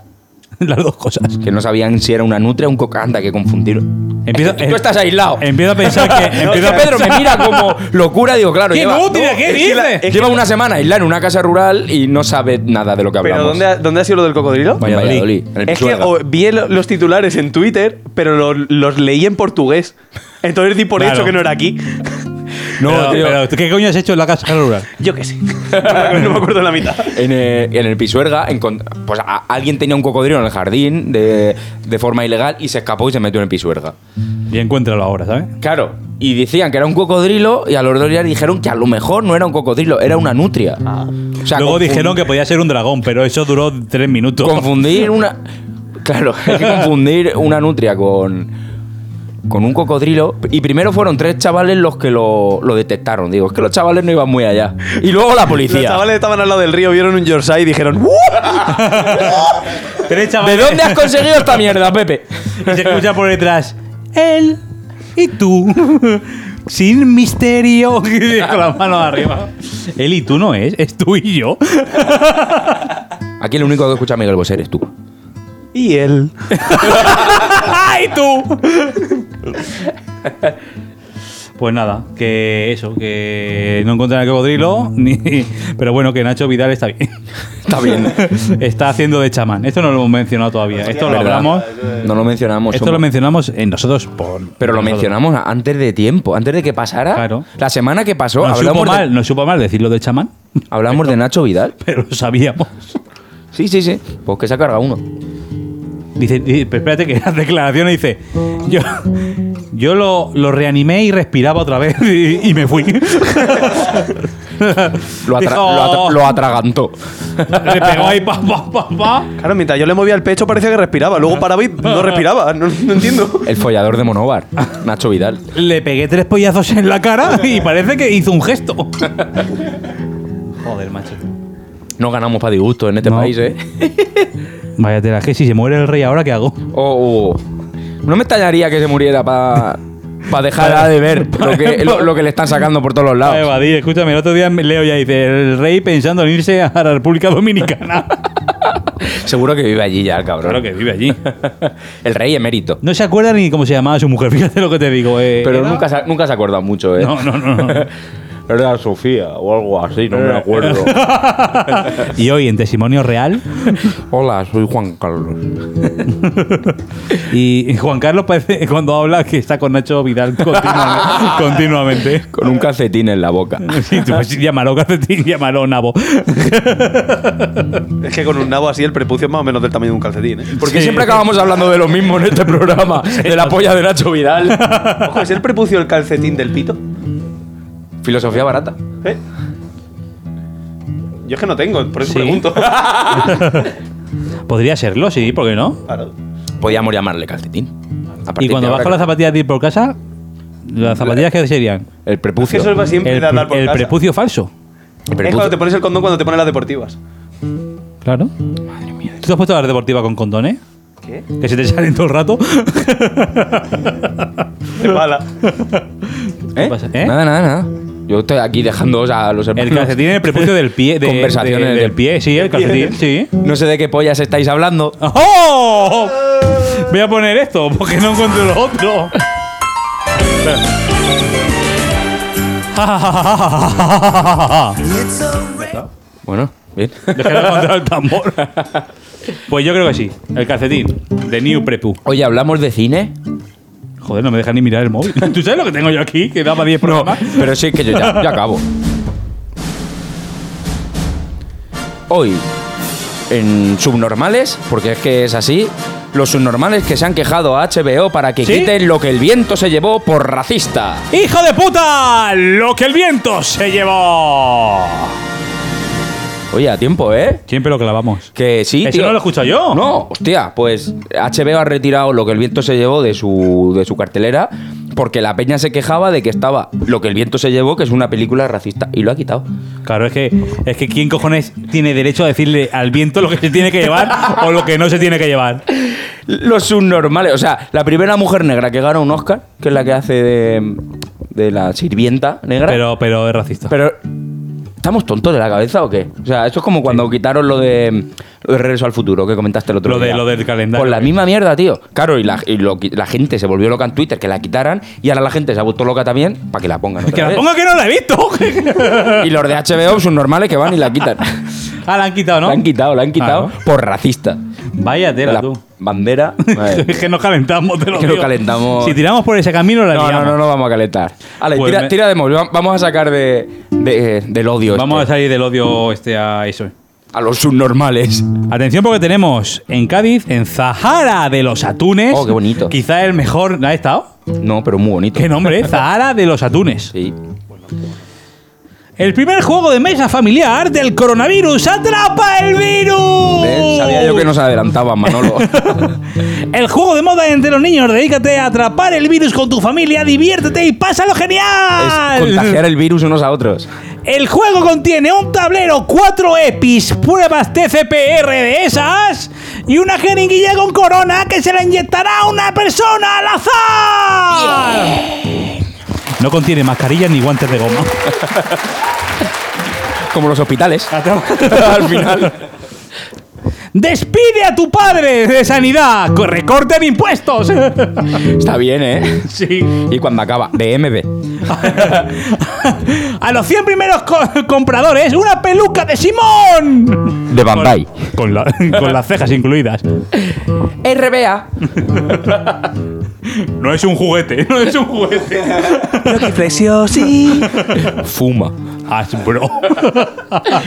C: Las dos cosas.
A: Que no sabían si era una nutria o un cocanda que confundieron.
C: Empieza- em-
A: Es que tú estás aislado.
C: Empiezo a pensar que.
A: No,
C: empiezo a
A: que Pedro me
C: pensar-
A: mira como locura, digo, claro.
C: ¡Qué
A: lleva,
C: nutria! ¿Qué
B: es que la-
C: dices?
B: es
A: lleva una semana aislado en una casa rural y no sabe nada de lo que hablamos.
B: ¿Pero dónde ha, dónde ha sido lo del cocodrilo?
A: En Valladolid.
C: Valladolid.
A: en el
B: Es que
A: Pisuerga.
B: o- vi lo- los titulares en Twitter, pero lo- los leí en portugués. Entonces di por
C: Claro.
B: hecho que no era aquí.
A: No,
C: pero,
A: tío.
C: pero, ¿qué coño has hecho en la casa rural?
B: Yo qué sé. no me acuerdo la mitad.
A: En el, en el Pisuerga, encont- pues a- alguien tenía un cocodrilo en el jardín de, de forma ilegal y se escapó y se metió en el Pisuerga.
C: Y encuéntralo ahora, ¿sabes?
A: Claro, y decían que era un cocodrilo y a los dos días dijeron que a lo mejor no era un cocodrilo, era una nutria. O sea,
C: Luego
A: confun-
C: dijeron que podía ser un dragón, pero eso duró tres minutos.
A: Confundir una. Claro, hay que confundir una nutria con. Con un cocodrilo. Y primero fueron tres chavales los que lo, lo detectaron. Digo, es que los chavales no iban muy allá. Y luego la
B: Los
A: policía.
B: chavales estaban al lado del río, vieron un Yorkshire y dijeron "¡Uh!".
C: Tres
A: ¿De
C: chavales.
A: dónde has conseguido esta mierda, Pepe?
C: Y se escucha por detrás. Él y tú. Sin misterio. Con las manos arriba. Él y tú no es, es tú y yo.
A: Aquí el único que escucha a Miguel Bosé eres tú.
B: Y él.
C: ¡Ay, tú! Pues nada, que eso, que no encuentran el cocodrilo, ni- pero bueno, que Nacho Vidal está bien.
A: Está bien.
C: Está haciendo de chamán. Esto no lo hemos mencionado todavía. Esto lo
A: ¿Verdad?
C: hablamos.
A: No lo mencionamos.
C: Esto
A: somos-
C: lo mencionamos en nosotros por.
A: pero lo
C: nosotros.
A: mencionamos antes de tiempo, antes de que pasara.
C: Claro.
A: La semana que pasó,
C: Nos supo,
A: hablamos, de,
C: mal, nos supo mal decirlo de chamán,
A: hablamos de Nacho Vidal.
C: pero lo sabíamos.
A: Sí, sí, sí. Pues que se ha cargado uno.
C: Dice, dice, pero espérate que las declaraciones dice. Yo, yo lo, lo reanimé y respiraba otra vez y, y me fui.
A: Lo, atra-
C: Dijo,
A: lo atra- lo atragantó.
C: Le pegó ahí pa, pa, pa, pa.
B: Claro, mientras yo le movía el pecho parecía que respiraba. Luego paraba y no respiraba. No, no entiendo.
A: El follador de Monóvar, Nacho Vidal.
C: Le pegué tres pollazos en la cara y parece que hizo un gesto. Joder, macho.
A: No ganamos para disgusto en este
C: No.
A: país, ¿eh?
C: Vaya tela, que si se muere el rey ahora, ¿qué hago?
A: Oh, oh. No me extrañaría que se muriera para dejar de ver lo que, lo- lo que le están sacando por todos los
C: Para
A: lados.
C: evadir, escúchame, el otro día me- leo ya dice el rey pensando en irse a la República Dominicana.
A: Seguro que vive allí ya el cabrón.
C: claro que vive allí.
A: El rey emérito.
C: No se acuerda ni cómo se llamaba su mujer, fíjate lo que te digo. eh,
A: Pero
C: era-
A: nunca se, ha- nunca se ha acordado mucho, ¿eh?
C: No, no, no, no. Eh.
A: Era Sofía o algo así, no me acuerdo.
C: Y hoy en testimonio real.
A: Hola, soy Juan Carlos.
C: Y Juan Carlos parece cuando habla que está con Nacho Vidal continuamente. continuamente.
A: Con un calcetín en la boca.
C: Sí, tú, pues, llámalo, calcetín, llámalo, nabo.
B: Es que con un nabo así el prepucio es más o menos del tamaño de un calcetín. ¿eh?
A: Porque
C: Sí.
A: siempre acabamos hablando de lo mismo en este programa, de la polla de Nacho Vidal.
B: Ojo, ¿es el prepucio el calcetín del pito?
A: Filosofía barata.
B: ¿Eh? Yo es que no tengo, por eso
C: Sí.
B: pregunto.
C: Podría serlo, sí, ¿por qué no?
B: Claro.
A: Podíamos llamarle calcetín. A partir
C: Y
A: de
C: cuando
A: ahora
C: vas con las zapatillas de ir por casa, ¿las zapatillas qué serían?
A: El
B: Es que
A: prepucio.
B: eso va siempre
C: El,
B: de andar por
C: el
B: casa.
C: prepucio falso.
A: El
B: Es
A: prepucio.
B: cuando te pones el condón cuando te pones las deportivas.
C: Claro. ¿Tú te has puesto a la deportiva con condones?
B: ¿Qué?
C: Que se te salen todo el rato.
B: Te pala.
A: ¿Eh?
C: pasa? ¿Eh?
A: Nada, nada, nada. Yo estoy aquí dejándoos a los hermanos.
C: El calcetín en el prepucio del pie. de-
A: Conversaciones
C: de-
A: de-
C: del pie, sí, el calcetín, sí.
A: No sé de qué pollas estáis hablando.
C: ¡Oh! Voy a poner esto porque no encuentro lo otro.
A: Bueno, bien.
C: Dejadlo contra el tambor. Pues yo creo que sí. El calcetín. De New Prepu.
A: Oye, ¿hablamos de cine?
C: Joder, no me dejan ni mirar el móvil. ¿Tú sabes lo que tengo yo aquí? Que da para 10
A: No,
C: programas.
A: pero sí que yo ya, ya acabo. Hoy, en subnormales, porque es que es así, los subnormales que se han quejado a HBO para que
C: ¿Sí?
A: quiten lo que el viento se llevó por racista.
C: ¡Hijo de puta! ¡Lo que el viento se llevó!
A: Oye, a tiempo, ¿eh?
C: Siempre lo clavamos.
A: Que sí,
C: Eso
A: tío.
C: no lo he escuchado yo.
A: No, hostia, pues HBO ha retirado lo que el viento se llevó de su, de su cartelera porque la peña se quejaba de que estaba lo que el viento se llevó, que es una película racista, y lo ha quitado.
C: Claro, es que, es que ¿quién cojones tiene derecho a decirle al viento lo que se tiene que llevar o lo que no se tiene que llevar?
A: Los subnormales, o sea, la primera mujer negra que gana un Oscar, que es la que hace de, de la sirvienta negra.
C: Pero, pero es racista.
A: Pero, ¿estamos tontos de la cabeza o qué? O sea, esto es como cuando quitaron lo de, lo de Regreso al Futuro, que comentaste el otro
C: Lo de-
A: día.
C: lo del calendario,
A: Por la
C: que-
A: misma mierda, tío. Claro, y, la, y lo qui- la gente se volvió loca en Twitter, que la quitaran, y ahora la gente se ha vuelto loca también para que la pongan. otra
C: que la
A: vez.
C: ponga que no la he visto.
A: Y los de HBO son normales que van y la quitan.
C: ah, la han quitado, ¿no?
A: La han quitado, la han quitado
C: Ah, ¿no?
A: por racista.
C: Vaya tela,
A: La
C: tú.
A: bandera. eh, madre
C: es que nos calentamos, te lo
A: Que nos
C: digo.
A: calentamos.
C: Si tiramos por ese camino, la
A: No, no,
C: liamos.
A: no, no vamos a calentar. Ale,
C: Pues
A: tira,
C: me-
A: tira de móvil. Va- Vamos a sacar de, de- eh, del odio
C: Vamos a
A: este.
C: salir del odio este a eso.
A: a los subnormales.
C: Atención porque tenemos en Cádiz, en Zahara de los Atunes.
A: Oh, qué bonito.
C: Quizá el mejor. ¿La he estado?
A: No, pero muy bonito.
C: ¿Qué nombre? eh? Zahara de los Atunes.
A: Sí.
C: El primer juego de mesa familiar del coronavirus. ¡Atrapa el virus!
A: ¿Ves? Sabía yo que nos adelantaban, Manolo.
C: El juego de moda entre los niños. Dedícate a atrapar el virus con tu familia. Diviértete y pásalo
A: es
C: genial.
A: contagiar el virus unos a otros.
C: El juego contiene un tablero, cuatro EPIs, pruebas TCPR de esas y una jeringuilla con corona que se la inyectará a una persona al azar. No contiene mascarillas ni guantes de goma.
A: Como los hospitales. Al final.
C: Despide a tu padre de sanidad. Co- Recorten impuestos.
A: Está bien, ¿eh?
C: sí.
A: Y cuando acaba, de MB.
C: a los 100 primeros co- compradores, una peluca de Simón.
A: De Bandai.
C: Con, la- con las cejas incluidas.
E: RBA.
C: No es un juguete, no es un juguete.
A: Fuma.
C: Ah, Hasbro.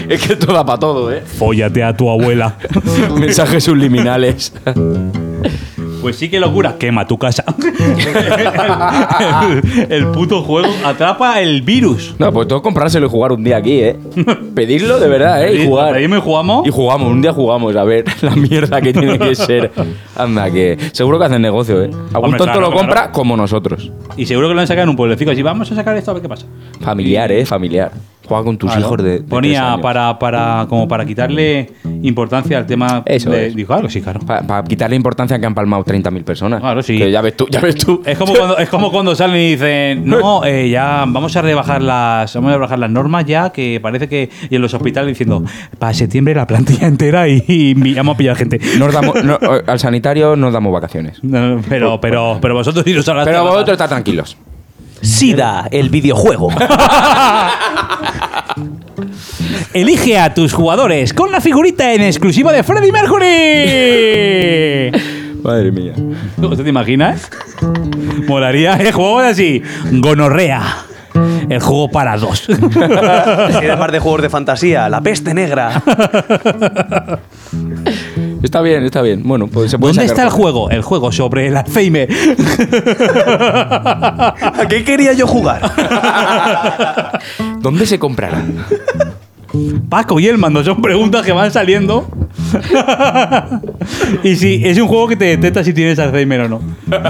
A: Es que todo da para todo, ¿eh?
C: Fóllate a tu abuela.
A: Mensajes subliminales.
C: Pues sí, que locura. Quema tu casa. el puto juego atrapa el virus.
A: No, pues todo comprárselo y jugar un día aquí, ¿eh? Pedirlo de verdad, ¿eh? Y jugar.
C: Ahí me jugamos.
A: Y jugamos, un día jugamos, a ver la mierda que tiene que ser. Anda, que seguro que hacen negocio, ¿eh? Algún
C: Hombre,
A: tonto
C: claro,
A: lo compra
C: claro.
A: como nosotros.
C: Y seguro que lo han sacado en un pueblecito. Así, vamos a sacar esto a ver qué pasa.
A: Familiar, ¿eh? Familiar. Juega con tus
C: Claro.
A: hijos Pues de. de tres
C: Ponía
A: años.
C: para, para, como para quitarle importancia al tema.
A: Eso
C: de-
A: es.
C: Dijo algo, sí, claro.
A: Pa- Para quitarle importancia que han palmado 30.000 personas.
C: Claro, sí.
A: Que ya ves tú, ya ves tú.
C: Es como, cuando, es como cuando salen y dicen, no, eh, ya vamos a rebajar las vamos a rebajar las normas ya, que parece que... Y en los hospitales diciendo, para septiembre la plantilla entera y, y vamos a pillar gente.
A: Nos damos- no, eh, al sanitario nos damos vacaciones.
C: No, pero, pero, pero vosotros sí nos hablaste.
A: Pero
C: nada.
A: vosotros está tranquilos.
F: SIDA, el videojuego.
C: Elige a tus jugadores con la figurita en exclusiva de Freddie Mercury.
A: Madre mía.
C: ¿Usted te imaginas? Molaría el juego así. Gonorrea. El juego para dos.
B: Si eres más de juegos de fantasía, la peste negra.
A: Está bien, está bien. Bueno, pues se puede
C: ¿Dónde
A: sacar
C: está el juego? El juego sobre el Alzheimer.
B: ¿A qué quería yo jugar?
A: ¿Dónde se comprará?
C: Paco y el mando son preguntas que van saliendo. y si es un juego que te detecta si tienes Alzheimer o no.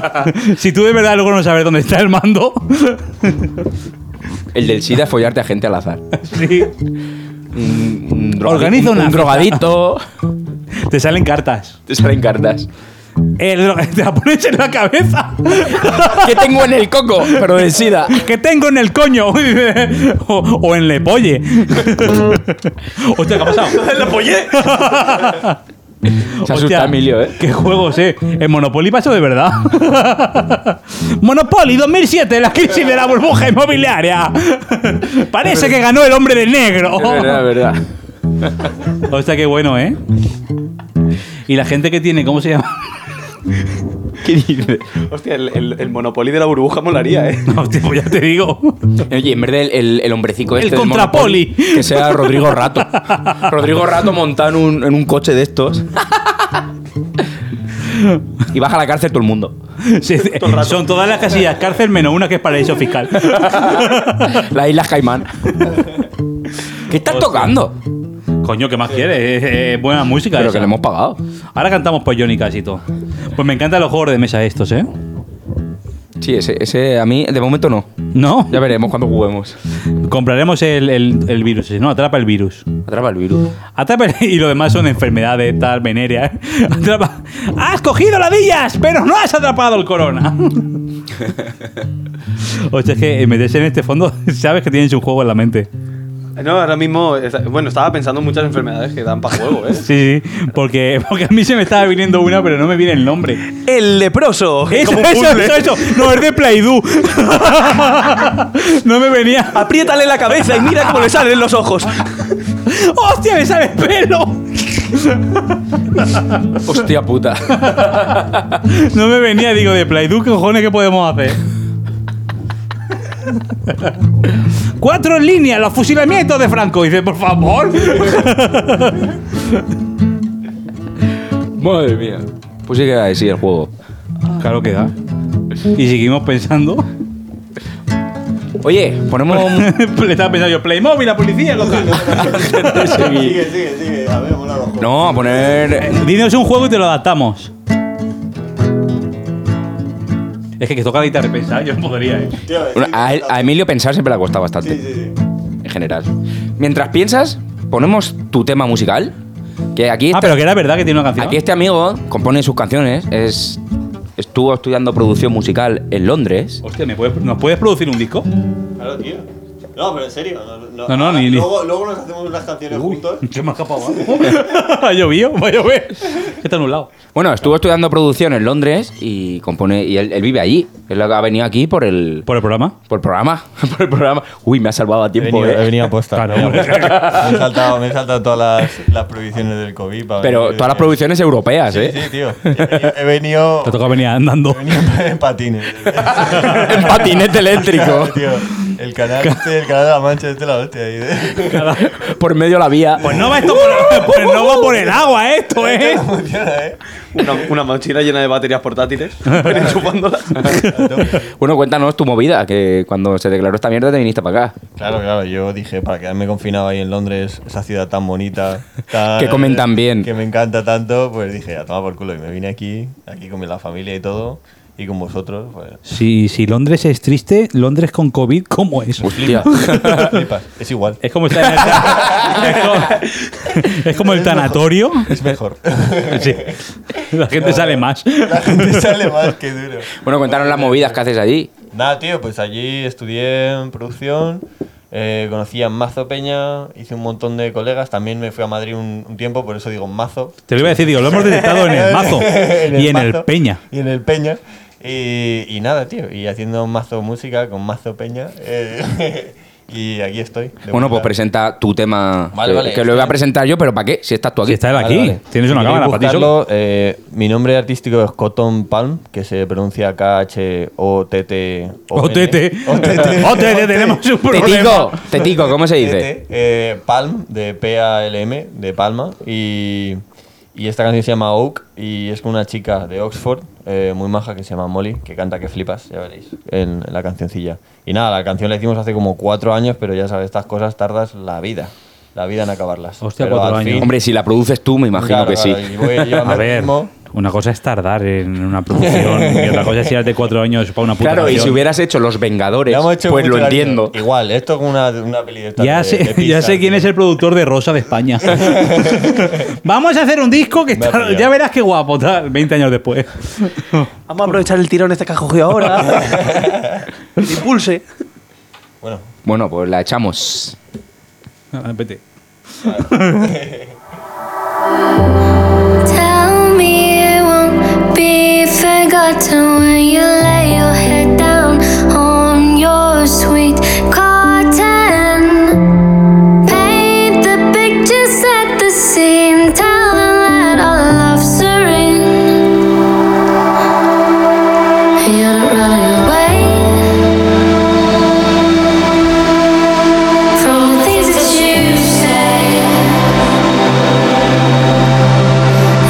C: si tú de verdad luego no sabes dónde está el mando.
A: El del SIDA follarte a gente al azar.
C: sí.
A: Un, un drogadi-
C: Organiza
A: un-
C: una
A: un
C: fiesta.
A: drogadito.
C: Te salen cartas.
A: Te salen cartas.
C: El dro- te la pones en la cabeza.
A: ¿Qué tengo en el coco? Pero de SIDA.
C: que tengo en el coño. o, o en le polle. Hostia, ¿qué ha pasado?
B: ¡Le apoyé!
A: Se asusta Emilio, ¿eh?
C: Qué juegos, ¿eh? En Monopoly pasó de verdad. Monopoly 2007, la crisis de la burbuja inmobiliaria. Parece que ganó el hombre de
B: Oh.
C: negro.
A: Es verdad, es verdad.
C: O sea, qué bueno, ¿eh? Y la gente que tiene, ¿cómo se llama?
A: ¿Qué dices?
B: Hostia, el, el, el Monopoly de la burbuja molaría, ¿eh?
C: Hostia, pues ya te digo.
A: Oye, en vez del el, el hombrecico
C: El
A: este. del
C: contrapoli.
A: Monopoly, Que sea Rodrigo Rato. Rodrigo Rato montado en un, en un coche de estos. Y baja a la cárcel todo el mundo.
C: Sí, sí. son todas las casillas cárcel menos una que es paraíso fiscal.
A: Las Islas Caimán. ¿Qué estás tocando?
C: Coño, ¿qué más quieres? Es, es buena música
A: Pero
C: esa.
A: que le hemos pagado.
C: Ahora cantamos por Johnny Cash y todo. Pues me encantan los juegos de mesa estos, ¿eh?
A: Sí, ese, ese a mí de momento no.
C: ¿No?
A: Ya veremos cuando juguemos.
C: Compraremos el, el- el virus, si no, atrapa el virus.
A: Atrapa el virus.
C: Atrapa el- y lo demás son enfermedades, tal, venerea. ¿eh? Atrapa. ¡Has cogido ladillas! Pero no has atrapado el corona. o sea, es que meterse en este fondo, sabes que tienes un juego en la mente.
B: No, ahora mismo. está- Bueno, estaba pensando en muchas enfermedades que dan para juego, ¿eh?
C: Sí, sí, porque, porque a mí se me estaba viniendo una, pero no me viene el nombre.
B: El leproso. que es
C: Eso,
B: como un
C: eso,
B: puzzle.
C: eso, eso. No, es de Play-Doh. no me venía.
B: Apriétale la cabeza y mira cómo le salen los ojos.
C: ¡Hostia, me sale pelo!
A: Hostia puta.
C: No me venía, digo, de Play-Doh, ¿qué cojones que podemos hacer? Cuatro en línea, los fusilamientos de Franco. Y dice, por favor.
A: Madre mía. Pues sí que era así el juego.
C: claro que da. Y seguimos pensando.
A: Oye, ponemos. un-
C: Le estaba pensando yo, Playmobil, la policía, loca.
D: Sigue, sigue, sigue. A ver, mola los juegos.
A: No, a poner.
C: Dinos un juego y te lo adaptamos. Es que que toca la guitarra y pensar, yo no podría, eh.
D: Tío,
A: Bueno,
D: sí,
A: A, él- a Emilio pensar siempre le ha costado bastante.
D: sí, sí, sí.
A: en general. Mientras piensas, ponemos tu tema musical. Que aquí,
C: Ah,
A: este,
C: pero que era verdad que tiene una canción.
A: aquí este amigo compone sus canciones. Es, estuvo estudiando producción musical en Londres.
C: Hostia, ¿me puedes- ¿nos puedes producir un disco?
D: Claro, tío. No, pero en serio. No, no,
C: No, no,
D: ahora-
C: ni- ni-
D: Luego, luego nos hacemos unas canciones juntos.
C: Se me ha escapado algo. ha llovido, va a llover. Está nublado.
A: Bueno, estuvo estudiando producción en Londres y compone. Y él, él vive allí. Él ha venido aquí por el.
C: ¿Por el programa?
A: Por el programa. Por el programa. Uy, me ha salvado a
D: He
A: tiempo,
D: venido,
A: eh.
D: he venido aposta.
C: Claro,
D: Me he
C: hombre.
D: apuesta. Me he saltado, me he saltado todas las, las prohibiciones del COVID. para
A: Pero
D: venir.
A: todas las producciones europeas,
D: eh, Sí,
A: eh.
D: sí, tío. He venido. He venido,
C: Te toca venir andando.
D: he venido en patines.
A: en patinete eléctrico.
D: Tío, el canal, este, el canal de la mancha, este la hostia. ahí ¿eh? de-
A: por medio de la vía.
C: Pues no va esto por, pues no va por el agua esto, ¿eh?
D: Funciona, ¿eh?
B: Una, una mochila llena de baterías portátiles. Ven chupándolas.
D: A tope.
A: Bueno, cuéntanos tu movida, que cuando se declaró esta mierda te viniste para acá.
D: Claro, claro, yo dije para quedarme confinado ahí en Londres, esa ciudad tan bonita, tan-
A: Que comentan bien.
D: Ah, eh, que me encanta tanto, pues dije, a tomar por culo. Y me vine aquí, aquí con mi- la familia y todo, y con vosotros, pues.
C: Si, si Londres es triste, Londres con COVID, ¿cómo es?
A: Hostia.
D: flipas, es igual.
C: Es como estar en el, es como, es como el tanatorio.
D: Es mejor.
C: Sí. La gente sale más.
D: La gente sale más que duro.
A: Bueno, cuéntanos las movidas que haces allí.
D: Nada, tío, pues allí estudié en producción, eh, conocí a Mazo Peña, hice un montón de colegas, también me fui a Madrid un, un tiempo, por eso digo Mazo.
C: Te lo iba a decir, digo, lo hemos detectado en el mazo
D: En
C: y en el
D: mazo,
C: peña.
D: Y en el Peña. Y, y nada, tío, y haciendo Mazo música con Mazo Peña. eh, y aquí estoy. de
A: Bueno, pues
D: vuelta.
A: presenta tu tema.
D: Vale,
A: que,
D: vale.
A: que lo voy a presentar yo, pero ¿para qué? Si estás tú aquí.
C: Si está él aquí,
D: Vale, vale.
C: tienes una
D: Si
C: cámara para ti
D: queréis
C: solo.
D: buscarlo, eh, mi nombre artístico es Cotton Palm, que se pronuncia K-H-O-T-T.
C: Otete. Otete, tenemos un problema. Este.
A: Tetico, Tetico, ¿cómo se dice?
D: Eh, Palm, de P-A-L-M, de Palma. Y, y esta canción se llama Oak y es con una chica de Oxford, eh, muy maja, que se llama Molly, que canta que flipas, ya veréis, en, en la cancioncilla. Y nada, la canción la hicimos hace como cuatro años, pero ya sabes, estas cosas tardas la vida. La vida en acabarlas.
C: Hostia,
D: Pero
C: cuatro
D: al
C: años.
A: Hombre, si la produces tú, me imagino
D: claro,
A: que sí.
D: claro, y voy yo
C: A
D: al
C: ver,
D: ritmo.
C: una cosa es tardar en una producción y otra cosa es ir de cuatro años para una puta
A: Claro, y si
C: canción.
A: hubieras hecho Los Vengadores,
D: Ya hemos hecho
A: pues lo
D: mucho
A: entiendo.
D: cariño. Igual, esto con una, una peli de estas
C: Ya
D: de- de
C: sé, ya
D: Pixar,
C: sé quién
D: tío.
C: es el productor de Rosa de España. Vamos a hacer un disco que
D: Me ha
C: está-
D: pillado.
C: ya verás qué guapo, tal, 20 años después.
B: Vamos a aprovechar el tirón este que has cogido ahora. El impulse.
D: Bueno,
A: Bueno, pues la echamos.
C: Ah, Vete.
G: Tell curtain when you lay your head down on your sweet cotton. Paint the picture, set the scene, tell them that our love's serene. You're not running away from the things that you say.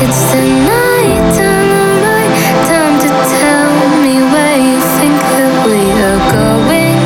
G: It's the night time, the right time to tell me where you think that we are going.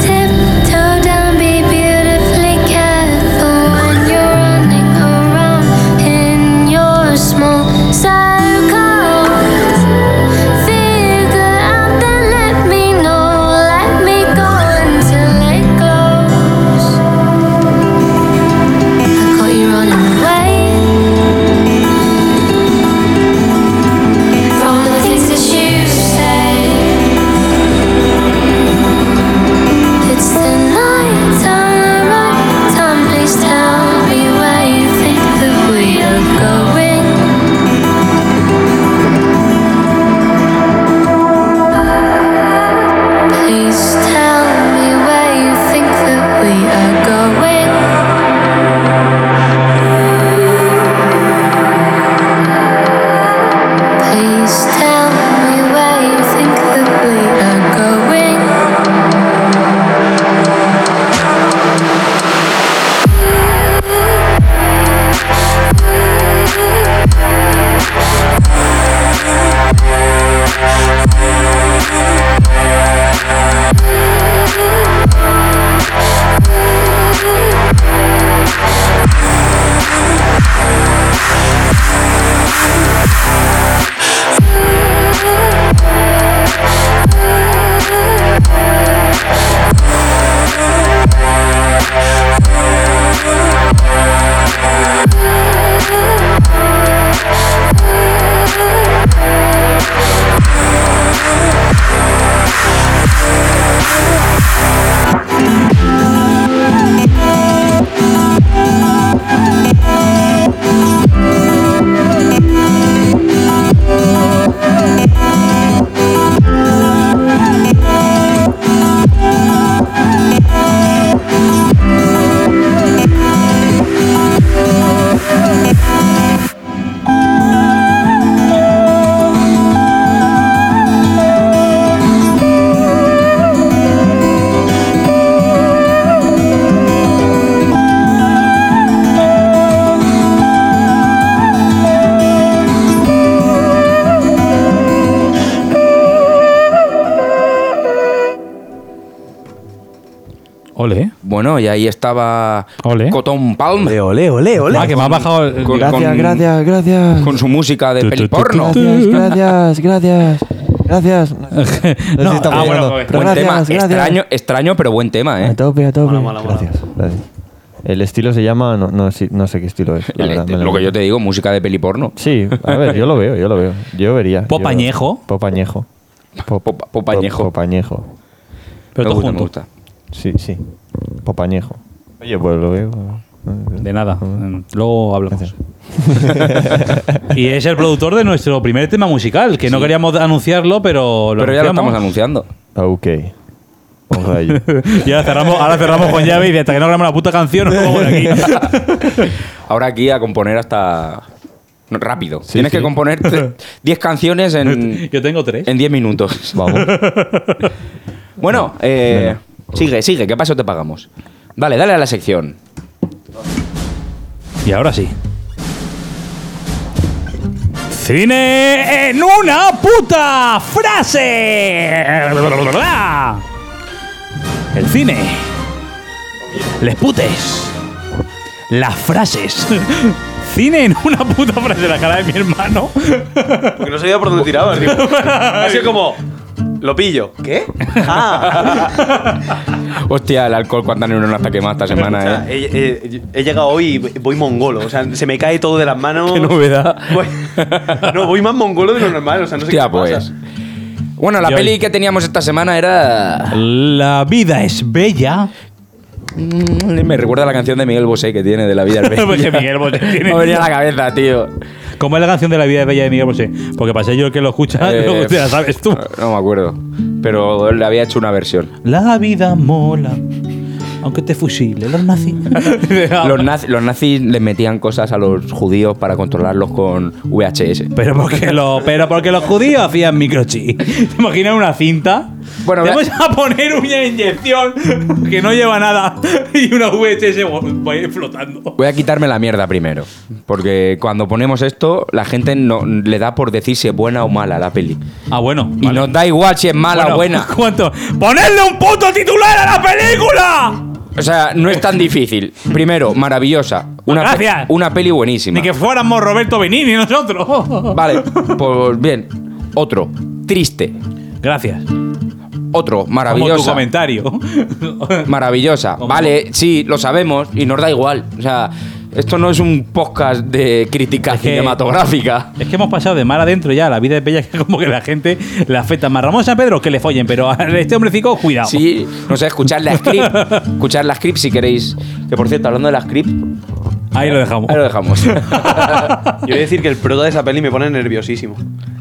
G: Tiptoe down, be beautifully careful when you're running around in your small circle. Figure out then let me know, let me go until it glows. I caught you running away from the things that you say. It's the night time, right time. Please tell me where you think that we are going. Please tell me where you think that we are going. Please tell me where you think that we are going.
C: Ole. eh.
A: Bueno, y ahí estaba
C: Ole.
A: Cotton Palm.
H: Ole, ole, ole, ole.
C: Ah, que me has bajado. el-
A: Con-
H: Gracias, gracias, gracias.
A: Con su música de
C: Tu, tu, tu,
A: peliporno.
C: tu, tu.
H: Gracias, gracias, gracias.
C: No,
H: Necesito
C: ah, bueno,
H: apoyarlo.
C: pues.
H: Pero
A: Buen tema.
H: gracias, gracias.
A: Extraño, extraño, pero buen tema,
H: A
A: ¿eh?
H: tope, a tope.
B: Mola, mola, mola.
H: Gracias.
D: Gracias. El estilo se llama. No, no, sí- no sé qué estilo es. la
A: El- este,
D: verdad, me
A: lo que yo te digo, música de peliporno.
D: Sí, a ver, yo lo veo, yo lo veo. Yo vería.
C: Pop
D: yo-
C: añejo.
D: Pop añejo. Pop,
A: Pop- pop añejo.
D: Pop añejo.
C: Pero
A: me
C: todo
A: gusta, me
C: junto.
A: gusta.
D: Sí, sí. Pop añejo. Oye, pues lo veo.
C: De nada. Mm, Luego hablamos. y es el productor de nuestro primer tema musical, que no queríamos anunciarlo, pero lo
A: Pero ya lo
C: anunciamos.
A: estamos anunciando.
D: Ah, Ok. Un rayo.
C: Y ahora cerramos, ahora cerramos con llave y hasta que no grabemos la puta canción no vamos de aquí.
A: Ahora aquí a componer hasta. no, Rápido. Tienes
D: sí.
A: que componer tre- 10 canciones en
C: Yo tengo tres.
A: en 10 minutos.
D: Vamos.
A: Bueno, eh, sigue, sigue. ¿Qué paso te pagamos? Dale, dale a la sección.
C: Y ahora sí. Cine en una puta frase. El cine. Les putes. Las frases. Cine en una puta frase. La cara de mi hermano.
B: Porque no sabía por dónde tiraba. digo. Ha sido como. Lo pillo. ¿Qué? Ah.
A: Hostia, el alcohol cuántas neuronas te ha quemado esta
B: O
A: semana,
B: sea,
A: ¿eh?
B: he, he- he llegado hoy y voy mongolo. O sea, se me cae todo de las manos.
A: Qué novedad.
B: Voy- no, voy más mongolo de lo normal. O sea, no sé
A: Hostia,
B: qué me pasa.
A: pues. Bueno, la
C: Yo-
A: peli que teníamos esta semana era.
C: La vida es bella.
A: Mm, Me recuerda a la canción de Miguel Bosé que tiene de la vida al
C: Porque Miguel Bosé tiene-
A: Me venía a la cabeza, tío.
C: ¿Cómo es la canción de la vida es bella de Miguel Bosé? Porque para ser yo el que lo escucha,
A: Eh,
C: Ah, luego te la sabes tú.
A: No me acuerdo. Pero le había hecho una versión.
C: La vida mola. Aunque te fusile los nazis. Ah,
A: Los, naz- los nazis les metían cosas a los judíos para controlarlos con VHS.
C: Pero porque, lo, pero porque los judíos hacían microchip. ¿Te imaginas una cinta?
A: Bueno,
C: Te
A: vea-
C: vamos a poner una inyección que no lleva nada y una VHS vo- va a ir flotando.
A: Voy a quitarme la mierda primero. Porque cuando ponemos esto, la gente no, le da por decir si es buena o mala la peli.
C: Ah, bueno.
A: Y nos da igual si es mala o buena.
C: ¿Cuánto? ¡Ponerle un puto titular a la película!
A: O sea, no es tan difícil. Primero, maravillosa. Una, pe-
C: Gracias.
A: una peli buenísima.
C: Ni que fuéramos Roberto Benini nosotros.
A: Vale, pues bien. Otro, triste.
C: Gracias.
A: Otro,
C: Como tu
A: maravillosa.
C: comentario.
A: Maravillosa.
C: Como-
A: Vale, sí, lo sabemos y nos da igual. O sea, esto no es un podcast de crítica
C: que-
A: cinematográfica.
C: Es que hemos pasado de mar adentro ya. La vida es bella que como que la gente le afecta más. Ramón San Pedro, que le follen, pero a este hombrecico, cuidado.
A: Sí, no sé, escuchar la script. escuchar la script si queréis. Que por cierto, hablando de la script,
C: Ahí lo dejamos.
A: ahí lo dejamos.
B: Yo voy a decir que el prota de esa peli me pone nerviosísimo.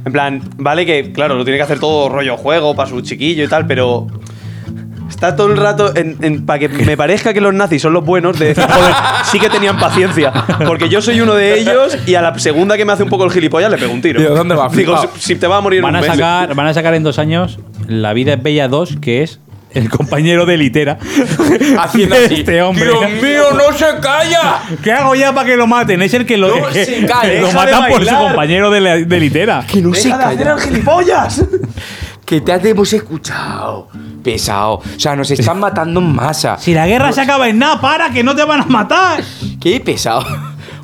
B: En plan, vale que, claro, lo tiene que hacer todo rollo juego para su chiquillo y tal, pero. Está todo el rato en, para que me parezca que los nazis son los buenos de decir, joder, sí que tenían paciencia. Porque yo soy uno de ellos y a la segunda que me hace un poco el gilipollas le pego un tiro.
A: Digo, ¿dónde vas,
B: Digo,
A: flipao?
B: si, si te va a morir en
C: Van
B: un
C: a,
B: mes.
C: sacar, van a sacar en dos años La vida es bella 2, que es el compañero de litera.
A: Haciendo
C: de
A: así.
C: este hombre.
A: ¡Dios mío, no se calla!
C: ¿Qué hago ya para que lo maten? Es el que lo,
A: No
C: que-
A: se cae,
C: que lo
B: deja de
C: matan por su
B: bailar.
C: compañero de, la- de litera.
A: Que no se
B: ¡Deja de hacer
A: calla.
B: al gilipollas!
A: Que te hemos escuchado. Pesado. O sea, nos están matando en masa.
C: Si la guerra se acaba en nada, para que no te van a matar.
A: Qué pesado.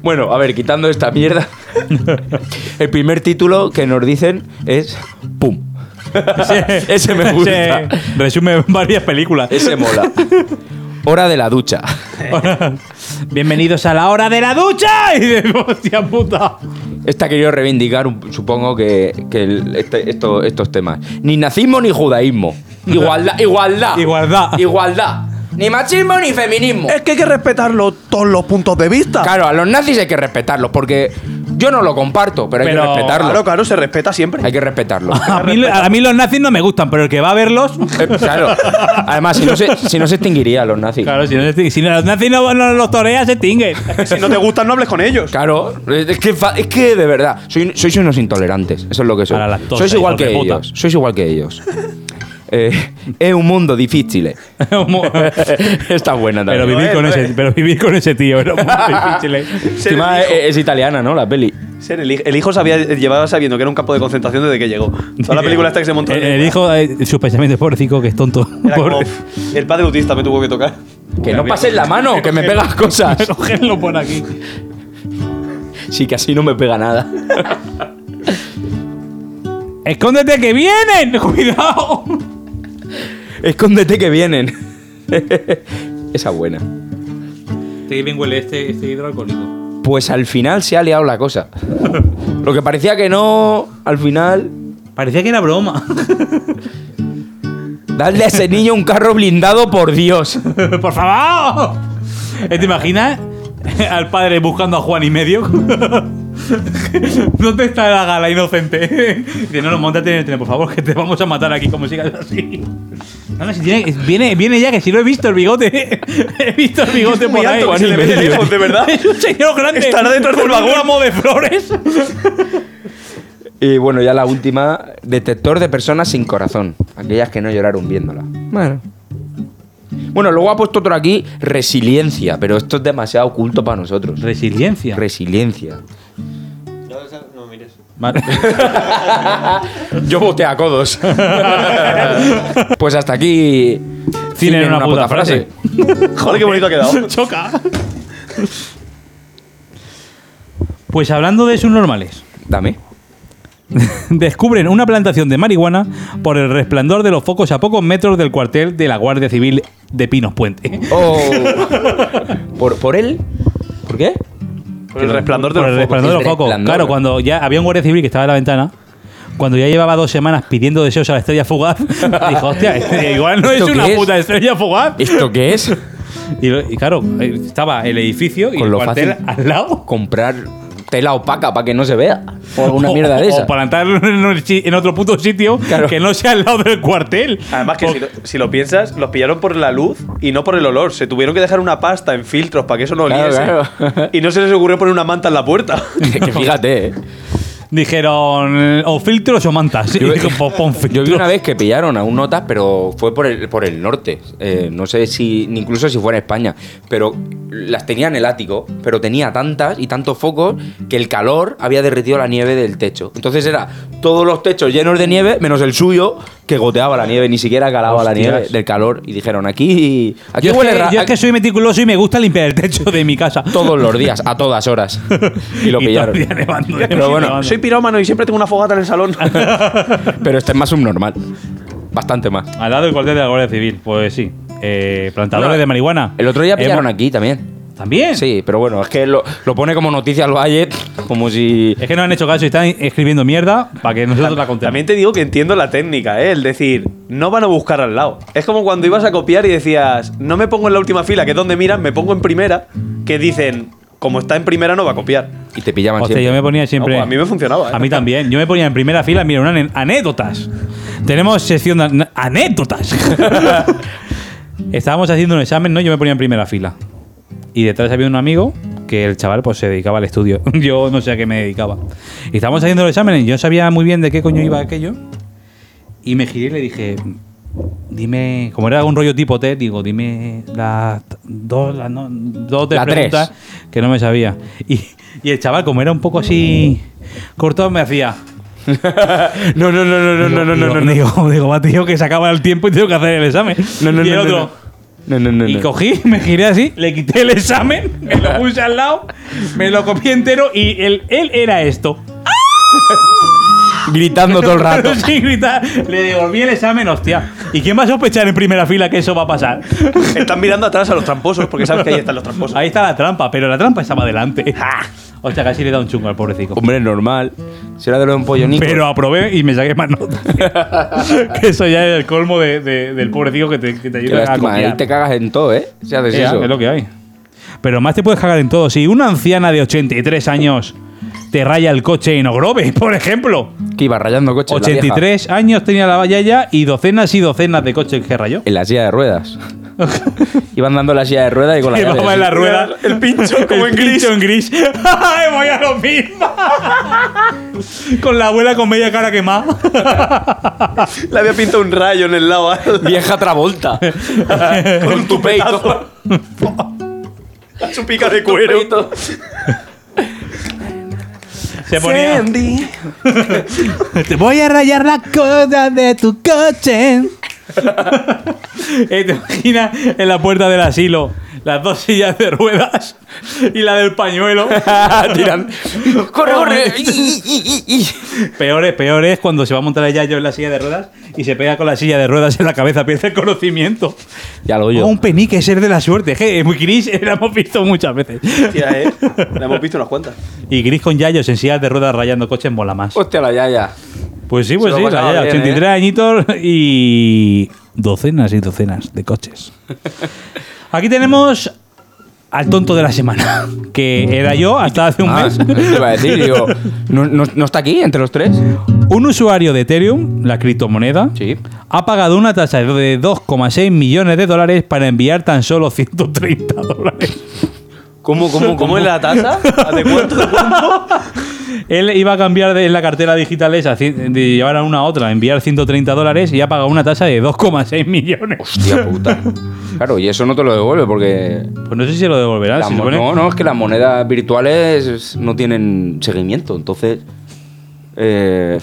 A: Bueno, a ver, quitando esta mierda. El primer título que nos dicen es Pum. Ese me gusta.
C: Ese resume varias películas.
A: Ese mola. Hora de la ducha.
C: Bienvenidos a la hora de la ducha. Y de, hostia puta.
A: Esta quería reivindicar, un- supongo que, que el- este- esto- estos temas. Ni nazismo ni judaísmo. Igualdad, igualdad.
C: Igualdad.
A: Igualdad. Ni machismo ni feminismo.
B: Es que hay que respetarlo todos los puntos de vista.
A: Claro, a los nazis hay que respetarlos porque yo no lo comparto, pero hay
C: Pero-
A: que respetarlo.
B: Claro, claro, se respeta siempre.
A: Hay que respetarlo.
C: A mí, a mí los nazis no me gustan, pero el que va a verlos.
A: Eh, claro. Además, si no se, si no se extinguiría los nazis.
C: Claro, si, no, si los nazis no, no los toreas, se extinguen.
B: Si no te gustan, no hables con ellos.
A: Claro, es que, fa- es que de verdad, soy- sois unos intolerantes, eso es lo que sois.
C: A la lactosa,
A: sois igual
C: hijos
A: que
C: de puta.
A: ellos, sois igual que ellos. Eh, es un mundo difícil. eh. Está buena
C: pero,
A: también.
C: vivir
B: eh,
C: con
B: no,
C: ese,
B: eh.
C: pero vivir con ese tío era muy difícil. eh.
A: Encima es, es italiana, ¿no? La peli.
B: Ser el, hij- el hijo sabía, llevaba sabiendo que era un campo de concentración desde que llegó. Toda la película está que se montó.
C: El, el hijo, eh, sus pensamientos, pobrecito, que es tonto.
B: Era como,
C: Pobre.
B: "Uf, el padre autista me tuvo que tocar.
A: Que no pases la mano, que me pegas cosas.
C: Cogedlo por aquí.
A: Sí, que así no me pega nada.
C: ¡Escóndete que vienen! ¡Cuidado!
A: Escóndete que vienen. Esa buena.
C: Este bien huele este, este hidroalcohólico.
A: Pues al final se ha liado la cosa. Lo que parecía que no, al final.
C: Parecía que era broma.
A: Dadle a ese niño un carro blindado, por Dios.
C: ¡Por favor! ¿Eh, ¿Te imaginas al padre buscando a Juan y medio? ¿Dónde está la gala inocente? Dice, no, no, montate en el tren, por favor, que te vamos a matar aquí como sigas así. No, no, si tiene, viene, viene ya, que si lo he visto el bigote. he visto el bigote
B: muy
C: por ahí.
B: alto, que se le ve de lejos, de verdad.
C: Es un señor grande.
B: Estará dentro del
C: con un
B: vagón.
C: ramo de flores.
A: Y bueno, ya la última, detector de personas sin corazón. Aquellas que no lloraron viéndola. Bueno. Bueno, luego ha puesto otro aquí, resiliencia, pero esto es demasiado oculto para nosotros.
C: Resiliencia.
A: Resiliencia.
D: No, esa no mires.
C: Vale.
A: Yo voté a codos. pues hasta aquí.
C: Cine en una puta frase.
B: Joder, qué bonito ha quedado.
C: Choca. Pues hablando de subnormales,
A: Dame.
C: descubren una plantación de marihuana por el resplandor de los focos a pocos metros del cuartel de la Guardia Civil de Pinos Puente.
A: Oh. ¿Por, ¿Por él? ¿Por qué?
B: Por el resplandor de
C: Por
B: los focos.
C: el resplandor de los
A: El
C: focos.
A: resplandor.
C: Claro, cuando ya había un guardia civil que estaba en la ventana, cuando ya llevaba dos semanas pidiendo deseos a la estrella fugaz, dijo, hostia, este igual no es
A: ¿Esto
C: una
A: qué es?
C: puta estrella fugaz.
A: ¿Esto qué es?
C: Y, lo- y claro, eh, estaba el edificio y
A: Con
C: el
A: lo
C: cuartel
A: fácil.
C: al lado.
A: Comprar tela opaca para que no se vea. O alguna mierda de
C: O- o-
A: esa.
C: O plantarlo en, un chi- en otro puto sitio
A: Claro.
C: que no sea al lado del cuartel.
B: Además que
C: O-
B: si lo, si lo piensas, los pillaron por la luz y no por el olor. Se tuvieron que dejar una pasta en filtros para que eso no
A: Claro,
B: oliese.
A: claro.
B: Y no se les ocurrió poner una manta en la puerta.
A: que fíjate, eh.
C: Dijeron, eh, o filtros o mantas. Y
A: Yo-
C: dijo, pues pon
A: Yo
C: filtros.
A: vi una vez que pillaron a un notas, pero fue por el, por el norte. Eh, no sé si, ni incluso si fuera España. Pero las tenía en el ático, pero tenía tantas y tantos focos que el calor había derretido la nieve del techo. Entonces era todos los techos llenos de nieve, menos el suyo, que goteaba la nieve, ni siquiera calaba la
C: Hostias.
A: nieve del calor. Y dijeron, aquí, aquí
C: Yo es
A: huele
C: que-
A: ra-
C: yo es que soy meticuloso y me gusta limpiar el techo de mi casa.
A: todos los días, a todas horas. Y lo
C: Y todo el
A: pillaron.
C: día nevando,
A: Pero bueno,
C: nevando.
B: Soy pirómano y siempre tengo una fogata en el salón.
A: pero este es más subnormal. Bastante más.
C: Al lado del cuartel de la Guardia Civil, pues sí. Eh, plantadores
A: Bueno,
C: de marihuana.
A: El otro día pillaron
C: Hemos-
A: aquí también.
C: ¿También?
A: Sí, pero bueno, es que lo, lo pone como noticia al Valle, como si.
C: Es que no han hecho caso y están escribiendo mierda para que nosotros la contemos.
B: También te digo que entiendo la técnica, ¿eh? El decir, no van a buscar al lado. Es como cuando ibas a copiar y decías, no me pongo en la última fila, que es donde miran, me pongo en primera, que dicen, como está en primera no va a copiar.
A: Y te pillaban
C: Hostia, yo
A: siempre.
C: me ponía siempre.
B: No, pues a mí me funcionaba, ¿eh?
C: A mí también. Yo me ponía en primera fila, mira, una ane- anécdotas. Tenemos sección de ane- anécdotas. Estábamos haciendo un examen, ¿no? Yo me ponía en primera fila. Y detrás había un amigo que el chaval pues se dedicaba al estudio. Yo no sé a qué me dedicaba. Y estábamos haciendo el examen y yo sabía muy bien de qué coño iba aquello. Y me giré y le dije, dime, como era un rollo tipo T, digo, dime las t- dos, las no- dos tres
A: La tres.
C: preguntas que no me sabía. Y, y el chaval, como era un poco así cortado, me hacía.
A: No, no, no, no,
C: digo, digo, Digo, digo, va, tío, que se acaba el tiempo y tengo que hacer el examen.
A: No, no,
C: y el
A: no, no,
C: otro.
A: no, no, no,
C: Y
A: no.
C: cogí, me giré así, le quité el examen, me lo puse al lado, me lo copié entero y él, él era esto.
A: Gritando todo el rato.
C: Sin gritar, le devolví el examen, hostia. ¿Y quién va a sospechar en primera fila que eso va a pasar?
B: Están mirando atrás a los tramposos, porque sabes que ahí están los tramposos.
C: Ahí está la trampa, pero la trampa estaba delante. Hostia, casi le da un chungo al pobrecito.
A: Hombre, normal. Si era de los empollonitos.
C: Pero aprobé y me saqué más notas. que eso ya es el colmo de- de- del pobrecito que te, que te
A: Qué
C: ayuda a
A: lástima,
C: copiar.
A: ahí te cagas en todo, ¿eh? Si haces
C: Ya,
A: eso.
C: es lo que hay. Pero más te puedes cagar en todo. Si una anciana de 83 años te raya el coche en Ogrove, por ejemplo.
A: Que iba rayando coches. la vieja.
C: 83 años tenía la ya y docenas y docenas de coches que rayó.
A: En la silla de ruedas. Iban dando la silla de ruedas y con la llave
C: Llevaba en la
A: así.
C: rueda
B: El pincho como
C: el
B: en gris.
C: pincho en gris. ¡Ay, voy a lo mismo! Con la abuela con media cara quemada.
B: Le había pintado un rayo en el lado.
A: Vieja Travolta. con tu peito.
B: Su pica de cuero.
C: Se ponía.
B: Sandy.
C: Te voy a rayar la coda de tu coche. Eh, ¿Te imaginas en la puerta del asilo las dos sillas de ruedas y la del pañuelo?
A: Tiran. Corre, corre.
C: Peor es, peor es cuando se va a montar el yayo en la silla de ruedas y se pega con la silla de ruedas en la cabeza, pierde el conocimiento.
A: ya lo
C: O
A: oyo.
C: un penique, ser de la suerte. Je, muy gris, eh, la hemos visto muchas veces.
B: Tía, eh. La hemos visto unas cuantas.
C: Y gris con yayos en sillas de ruedas rayando coches mola más.
A: Hostia, la yaya.
C: Pues sí, pues
A: Se
C: sí,
A: lo
C: la
A: pasaba
C: Yaya,
A: bien,
C: 83
A: ¿eh?
C: añitos y docenas y docenas de coches. Aquí tenemos al tonto de la semana, que era yo hasta hace un
A: Ah,
C: mes.
A: te iba a decir, digo, ¿no, no, no está aquí entre los tres?
C: Un usuario de Ethereum, la criptomoneda,
A: Sí.
C: ha pagado una tasa de 2,6 millones de dólares para enviar tan solo 130 dólares.
A: ¿Cómo, cómo,
B: ¿Cómo es la tasa? ¿De cuánto? ¿De cuánto?
C: Él iba a cambiar de en la cartera digital esa, cien- de llevar a una a otra, enviar 130 dólares y ha pagado una tasa de 2,6 millones.
A: Hostia puta. Claro, y eso no te lo devuelve porque.
C: Pues no sé si se lo
B: Ah,
C: devolverán.
A: la
C: si se
A: mo-
C: pone-
A: No, no, es que las monedas virtuales no tienen seguimiento. Entonces, eh,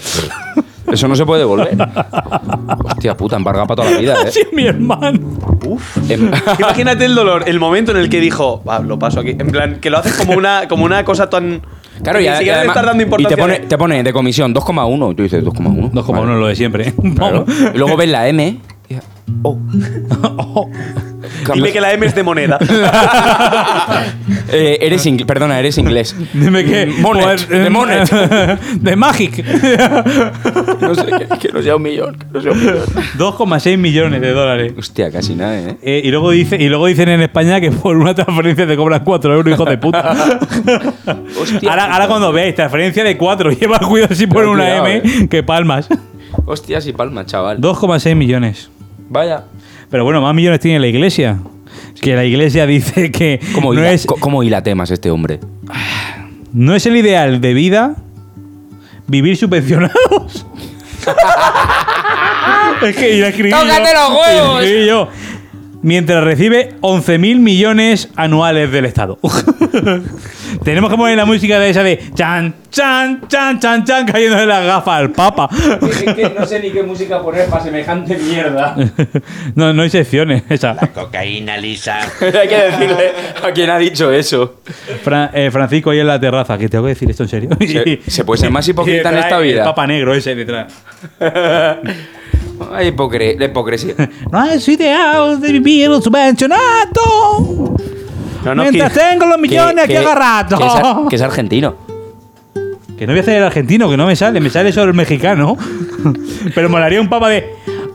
A: eso no se puede devolver. Hostia puta, embarga para toda la vida,
C: Así
A: ¿eh?
C: es mi hermano.
A: Em-
B: Imagínate el dolor, el momento en el que dijo, "Va, lo paso aquí. En plan, que lo haces como una, como una cosa tan.
A: Claro,
B: que
A: ya,
B: Ni siquiera
A: ya
B: le
A: además-
B: estás dando
A: y
B: importancia.
A: te pone, te pone de comisión 2,1 y tú dices 2,1.
C: 2,1
A: Vale.
C: lo de siempre. ¿eh?
A: Claro. Y luego ves la M. y- Oh.
B: Dime que la M es de moneda.
A: Eh, eres inglés, perdona, eres inglés.
C: Dime que.
A: Mm,
C: pues,
A: Monet, de Monet.
C: de Magic.
A: No sé, que, que no sea un millón, que no sea un millón.
C: 2,6 millones de dólares.
A: Hostia, casi nada, ¿eh?
C: Eh, y, luego dice, y luego dicen en España que por una transferencia te cobran 4 euros, hijo de puta.
A: Hostia.
C: ahora, ahora cuando veáis transferencia de 4, lleva cuidado si ponen una
A: cuidado, eh.
C: M, que palmas.
A: Hostia, si palma, chaval.
C: 2,6 millones.
A: Vaya.
C: Pero bueno, más millones tiene la iglesia. Que la iglesia dice que
A: ¿Cómo,
C: no,
A: hila,
C: es,
A: co- cómo hila temas este hombre?
C: no es el ideal de vida vivir subvencionados. es que y la escribí yo.
E: ¡Tócate los
C: y la
E: huevos!
C: escribí yo. Mientras recibe 11.000 millones anuales del Estado. Tenemos que poner la música de esa de chan, chan, chan, chan, chan, cayendo de las gafas al Papa.
A: no sé ni qué música poner para semejante mierda.
C: no, no hay secciones. Esa.
I: Cocaína lisa.
A: Hay que decirle a quien ha dicho eso.
C: Fra- eh, Francisco ahí en la terraza, que tengo que decir esto en serio.
A: Se- se puede ser más hipócrita
C: Y detrás
A: en esta
C: el
A: vida.
C: Papa negro ese detrás.
A: Ay, hipocre- la hipocresía.
C: No es ideal de vivir un subvencionado.
B: No, no,
C: Mientras
B: que-
C: tengo los millones aquí
A: que-
C: agarrados.
A: que es ar- que es argentino.
C: Que no voy a hacer el argentino, que no me sale, me sale solo el mexicano. Pero molaría un papa de.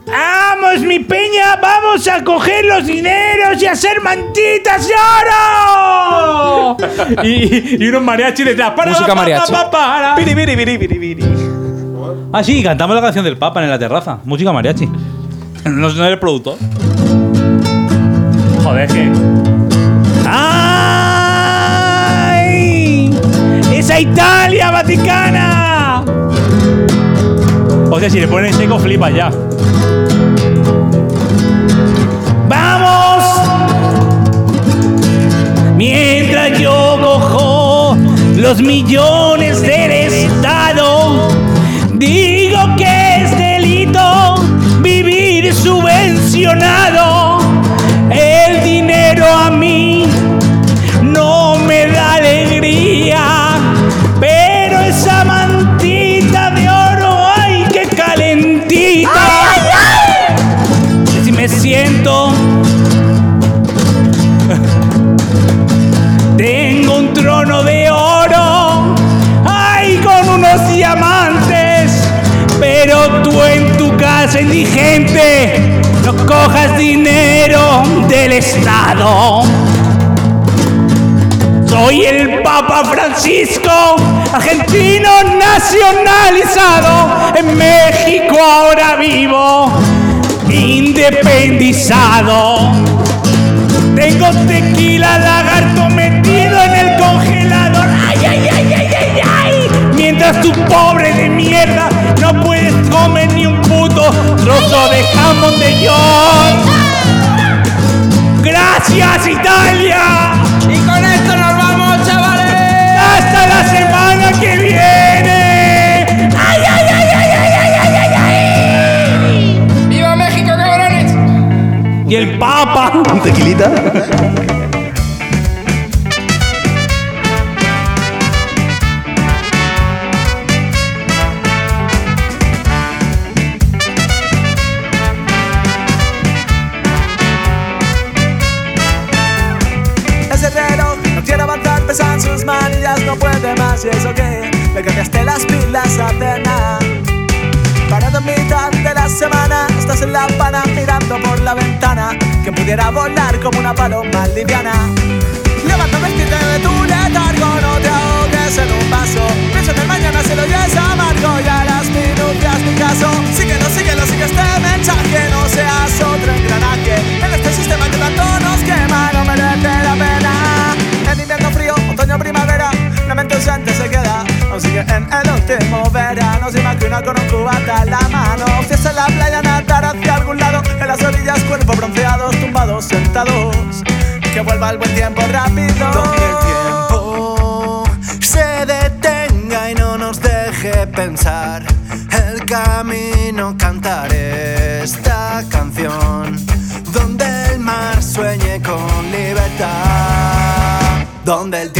C: ¡Vamos, mi peña! ¡Vamos a coger los dineros y a hacer mantitas de oro! y, y unos mariachis detrás. ¡Para,
A: Música
C: pa, pa,
A: mariachi.
C: pa, para!
B: Piri, piri, piri, piri, piri.
C: Ah, sí, cantamos la canción del Papa en la terraza. Música mariachi. No, no eres productor. Joder, es que. ¡Ay! ¡Esa Italia Vaticana! O sea, si le ponen seco, flipa ya. ¡Vamos! Mientras yo cojo los millones del Estado, digo que es delito vivir subvencionado. El dinero a mí no me da alegría, pero esa mantita de oro, ay, qué calentita. Si me siento Tengo un trono de oro, ay, con unos diamantes. Pero tú en tu casa indigente, no cojas dinero del Estado. Soy el Papa Francisco, argentino nacionalizado, en México ahora vivo, independizado. Tengo tequila lagarto metido en el congelador. ¡Ay, ay, ay, ay, ay, ay! Mientras tu pobre de mierda no puedes comer ni un puto trozo de jamón de york. ¡Gracias, Italia!
E: Y con esto nos vamos, chavales.
C: ¡Hasta la semana que viene!
E: ¡Ay, ay, ay, ay, ay, ay, ay, ay, ay! ¡Viva México, cabrones!
C: Y el Papa.
B: ¿Un tequilita?
I: Ese reloj no quiere avanzar, pesan sus manillas, no puede más. ¿Y eso que Le cambiaste las pilas a Atena. Parado en mitad de la semana, estás en La Habana mirando por la ventana. Quien pudiera volar como una paloma liviana. Levanta vestirte de tu letargo, no te ahogues en un vaso. Piensa en el mañana si lo es amargo y a las minutas mi caso. Síguelo, síguelo, sigue este mensaje, no seas otro engranaje. En este sistema que tanto nos quema, no merece la pena. En invierno frío, otoño, primavera, la mente ausente se queda. Aún sigue en el último verano, se imagina con un cubata en la mano. Fiesta en la playa, nadar hacia algún lado. En las orillas, cuerpo bronceados, tumbados, sentados. Que vuelva el buen tiempo rápido. Donde el tiempo se detenga y no nos deje pensar el camino, cantaré esta canción, donde el mar sueñe con libertad, donde el tiempo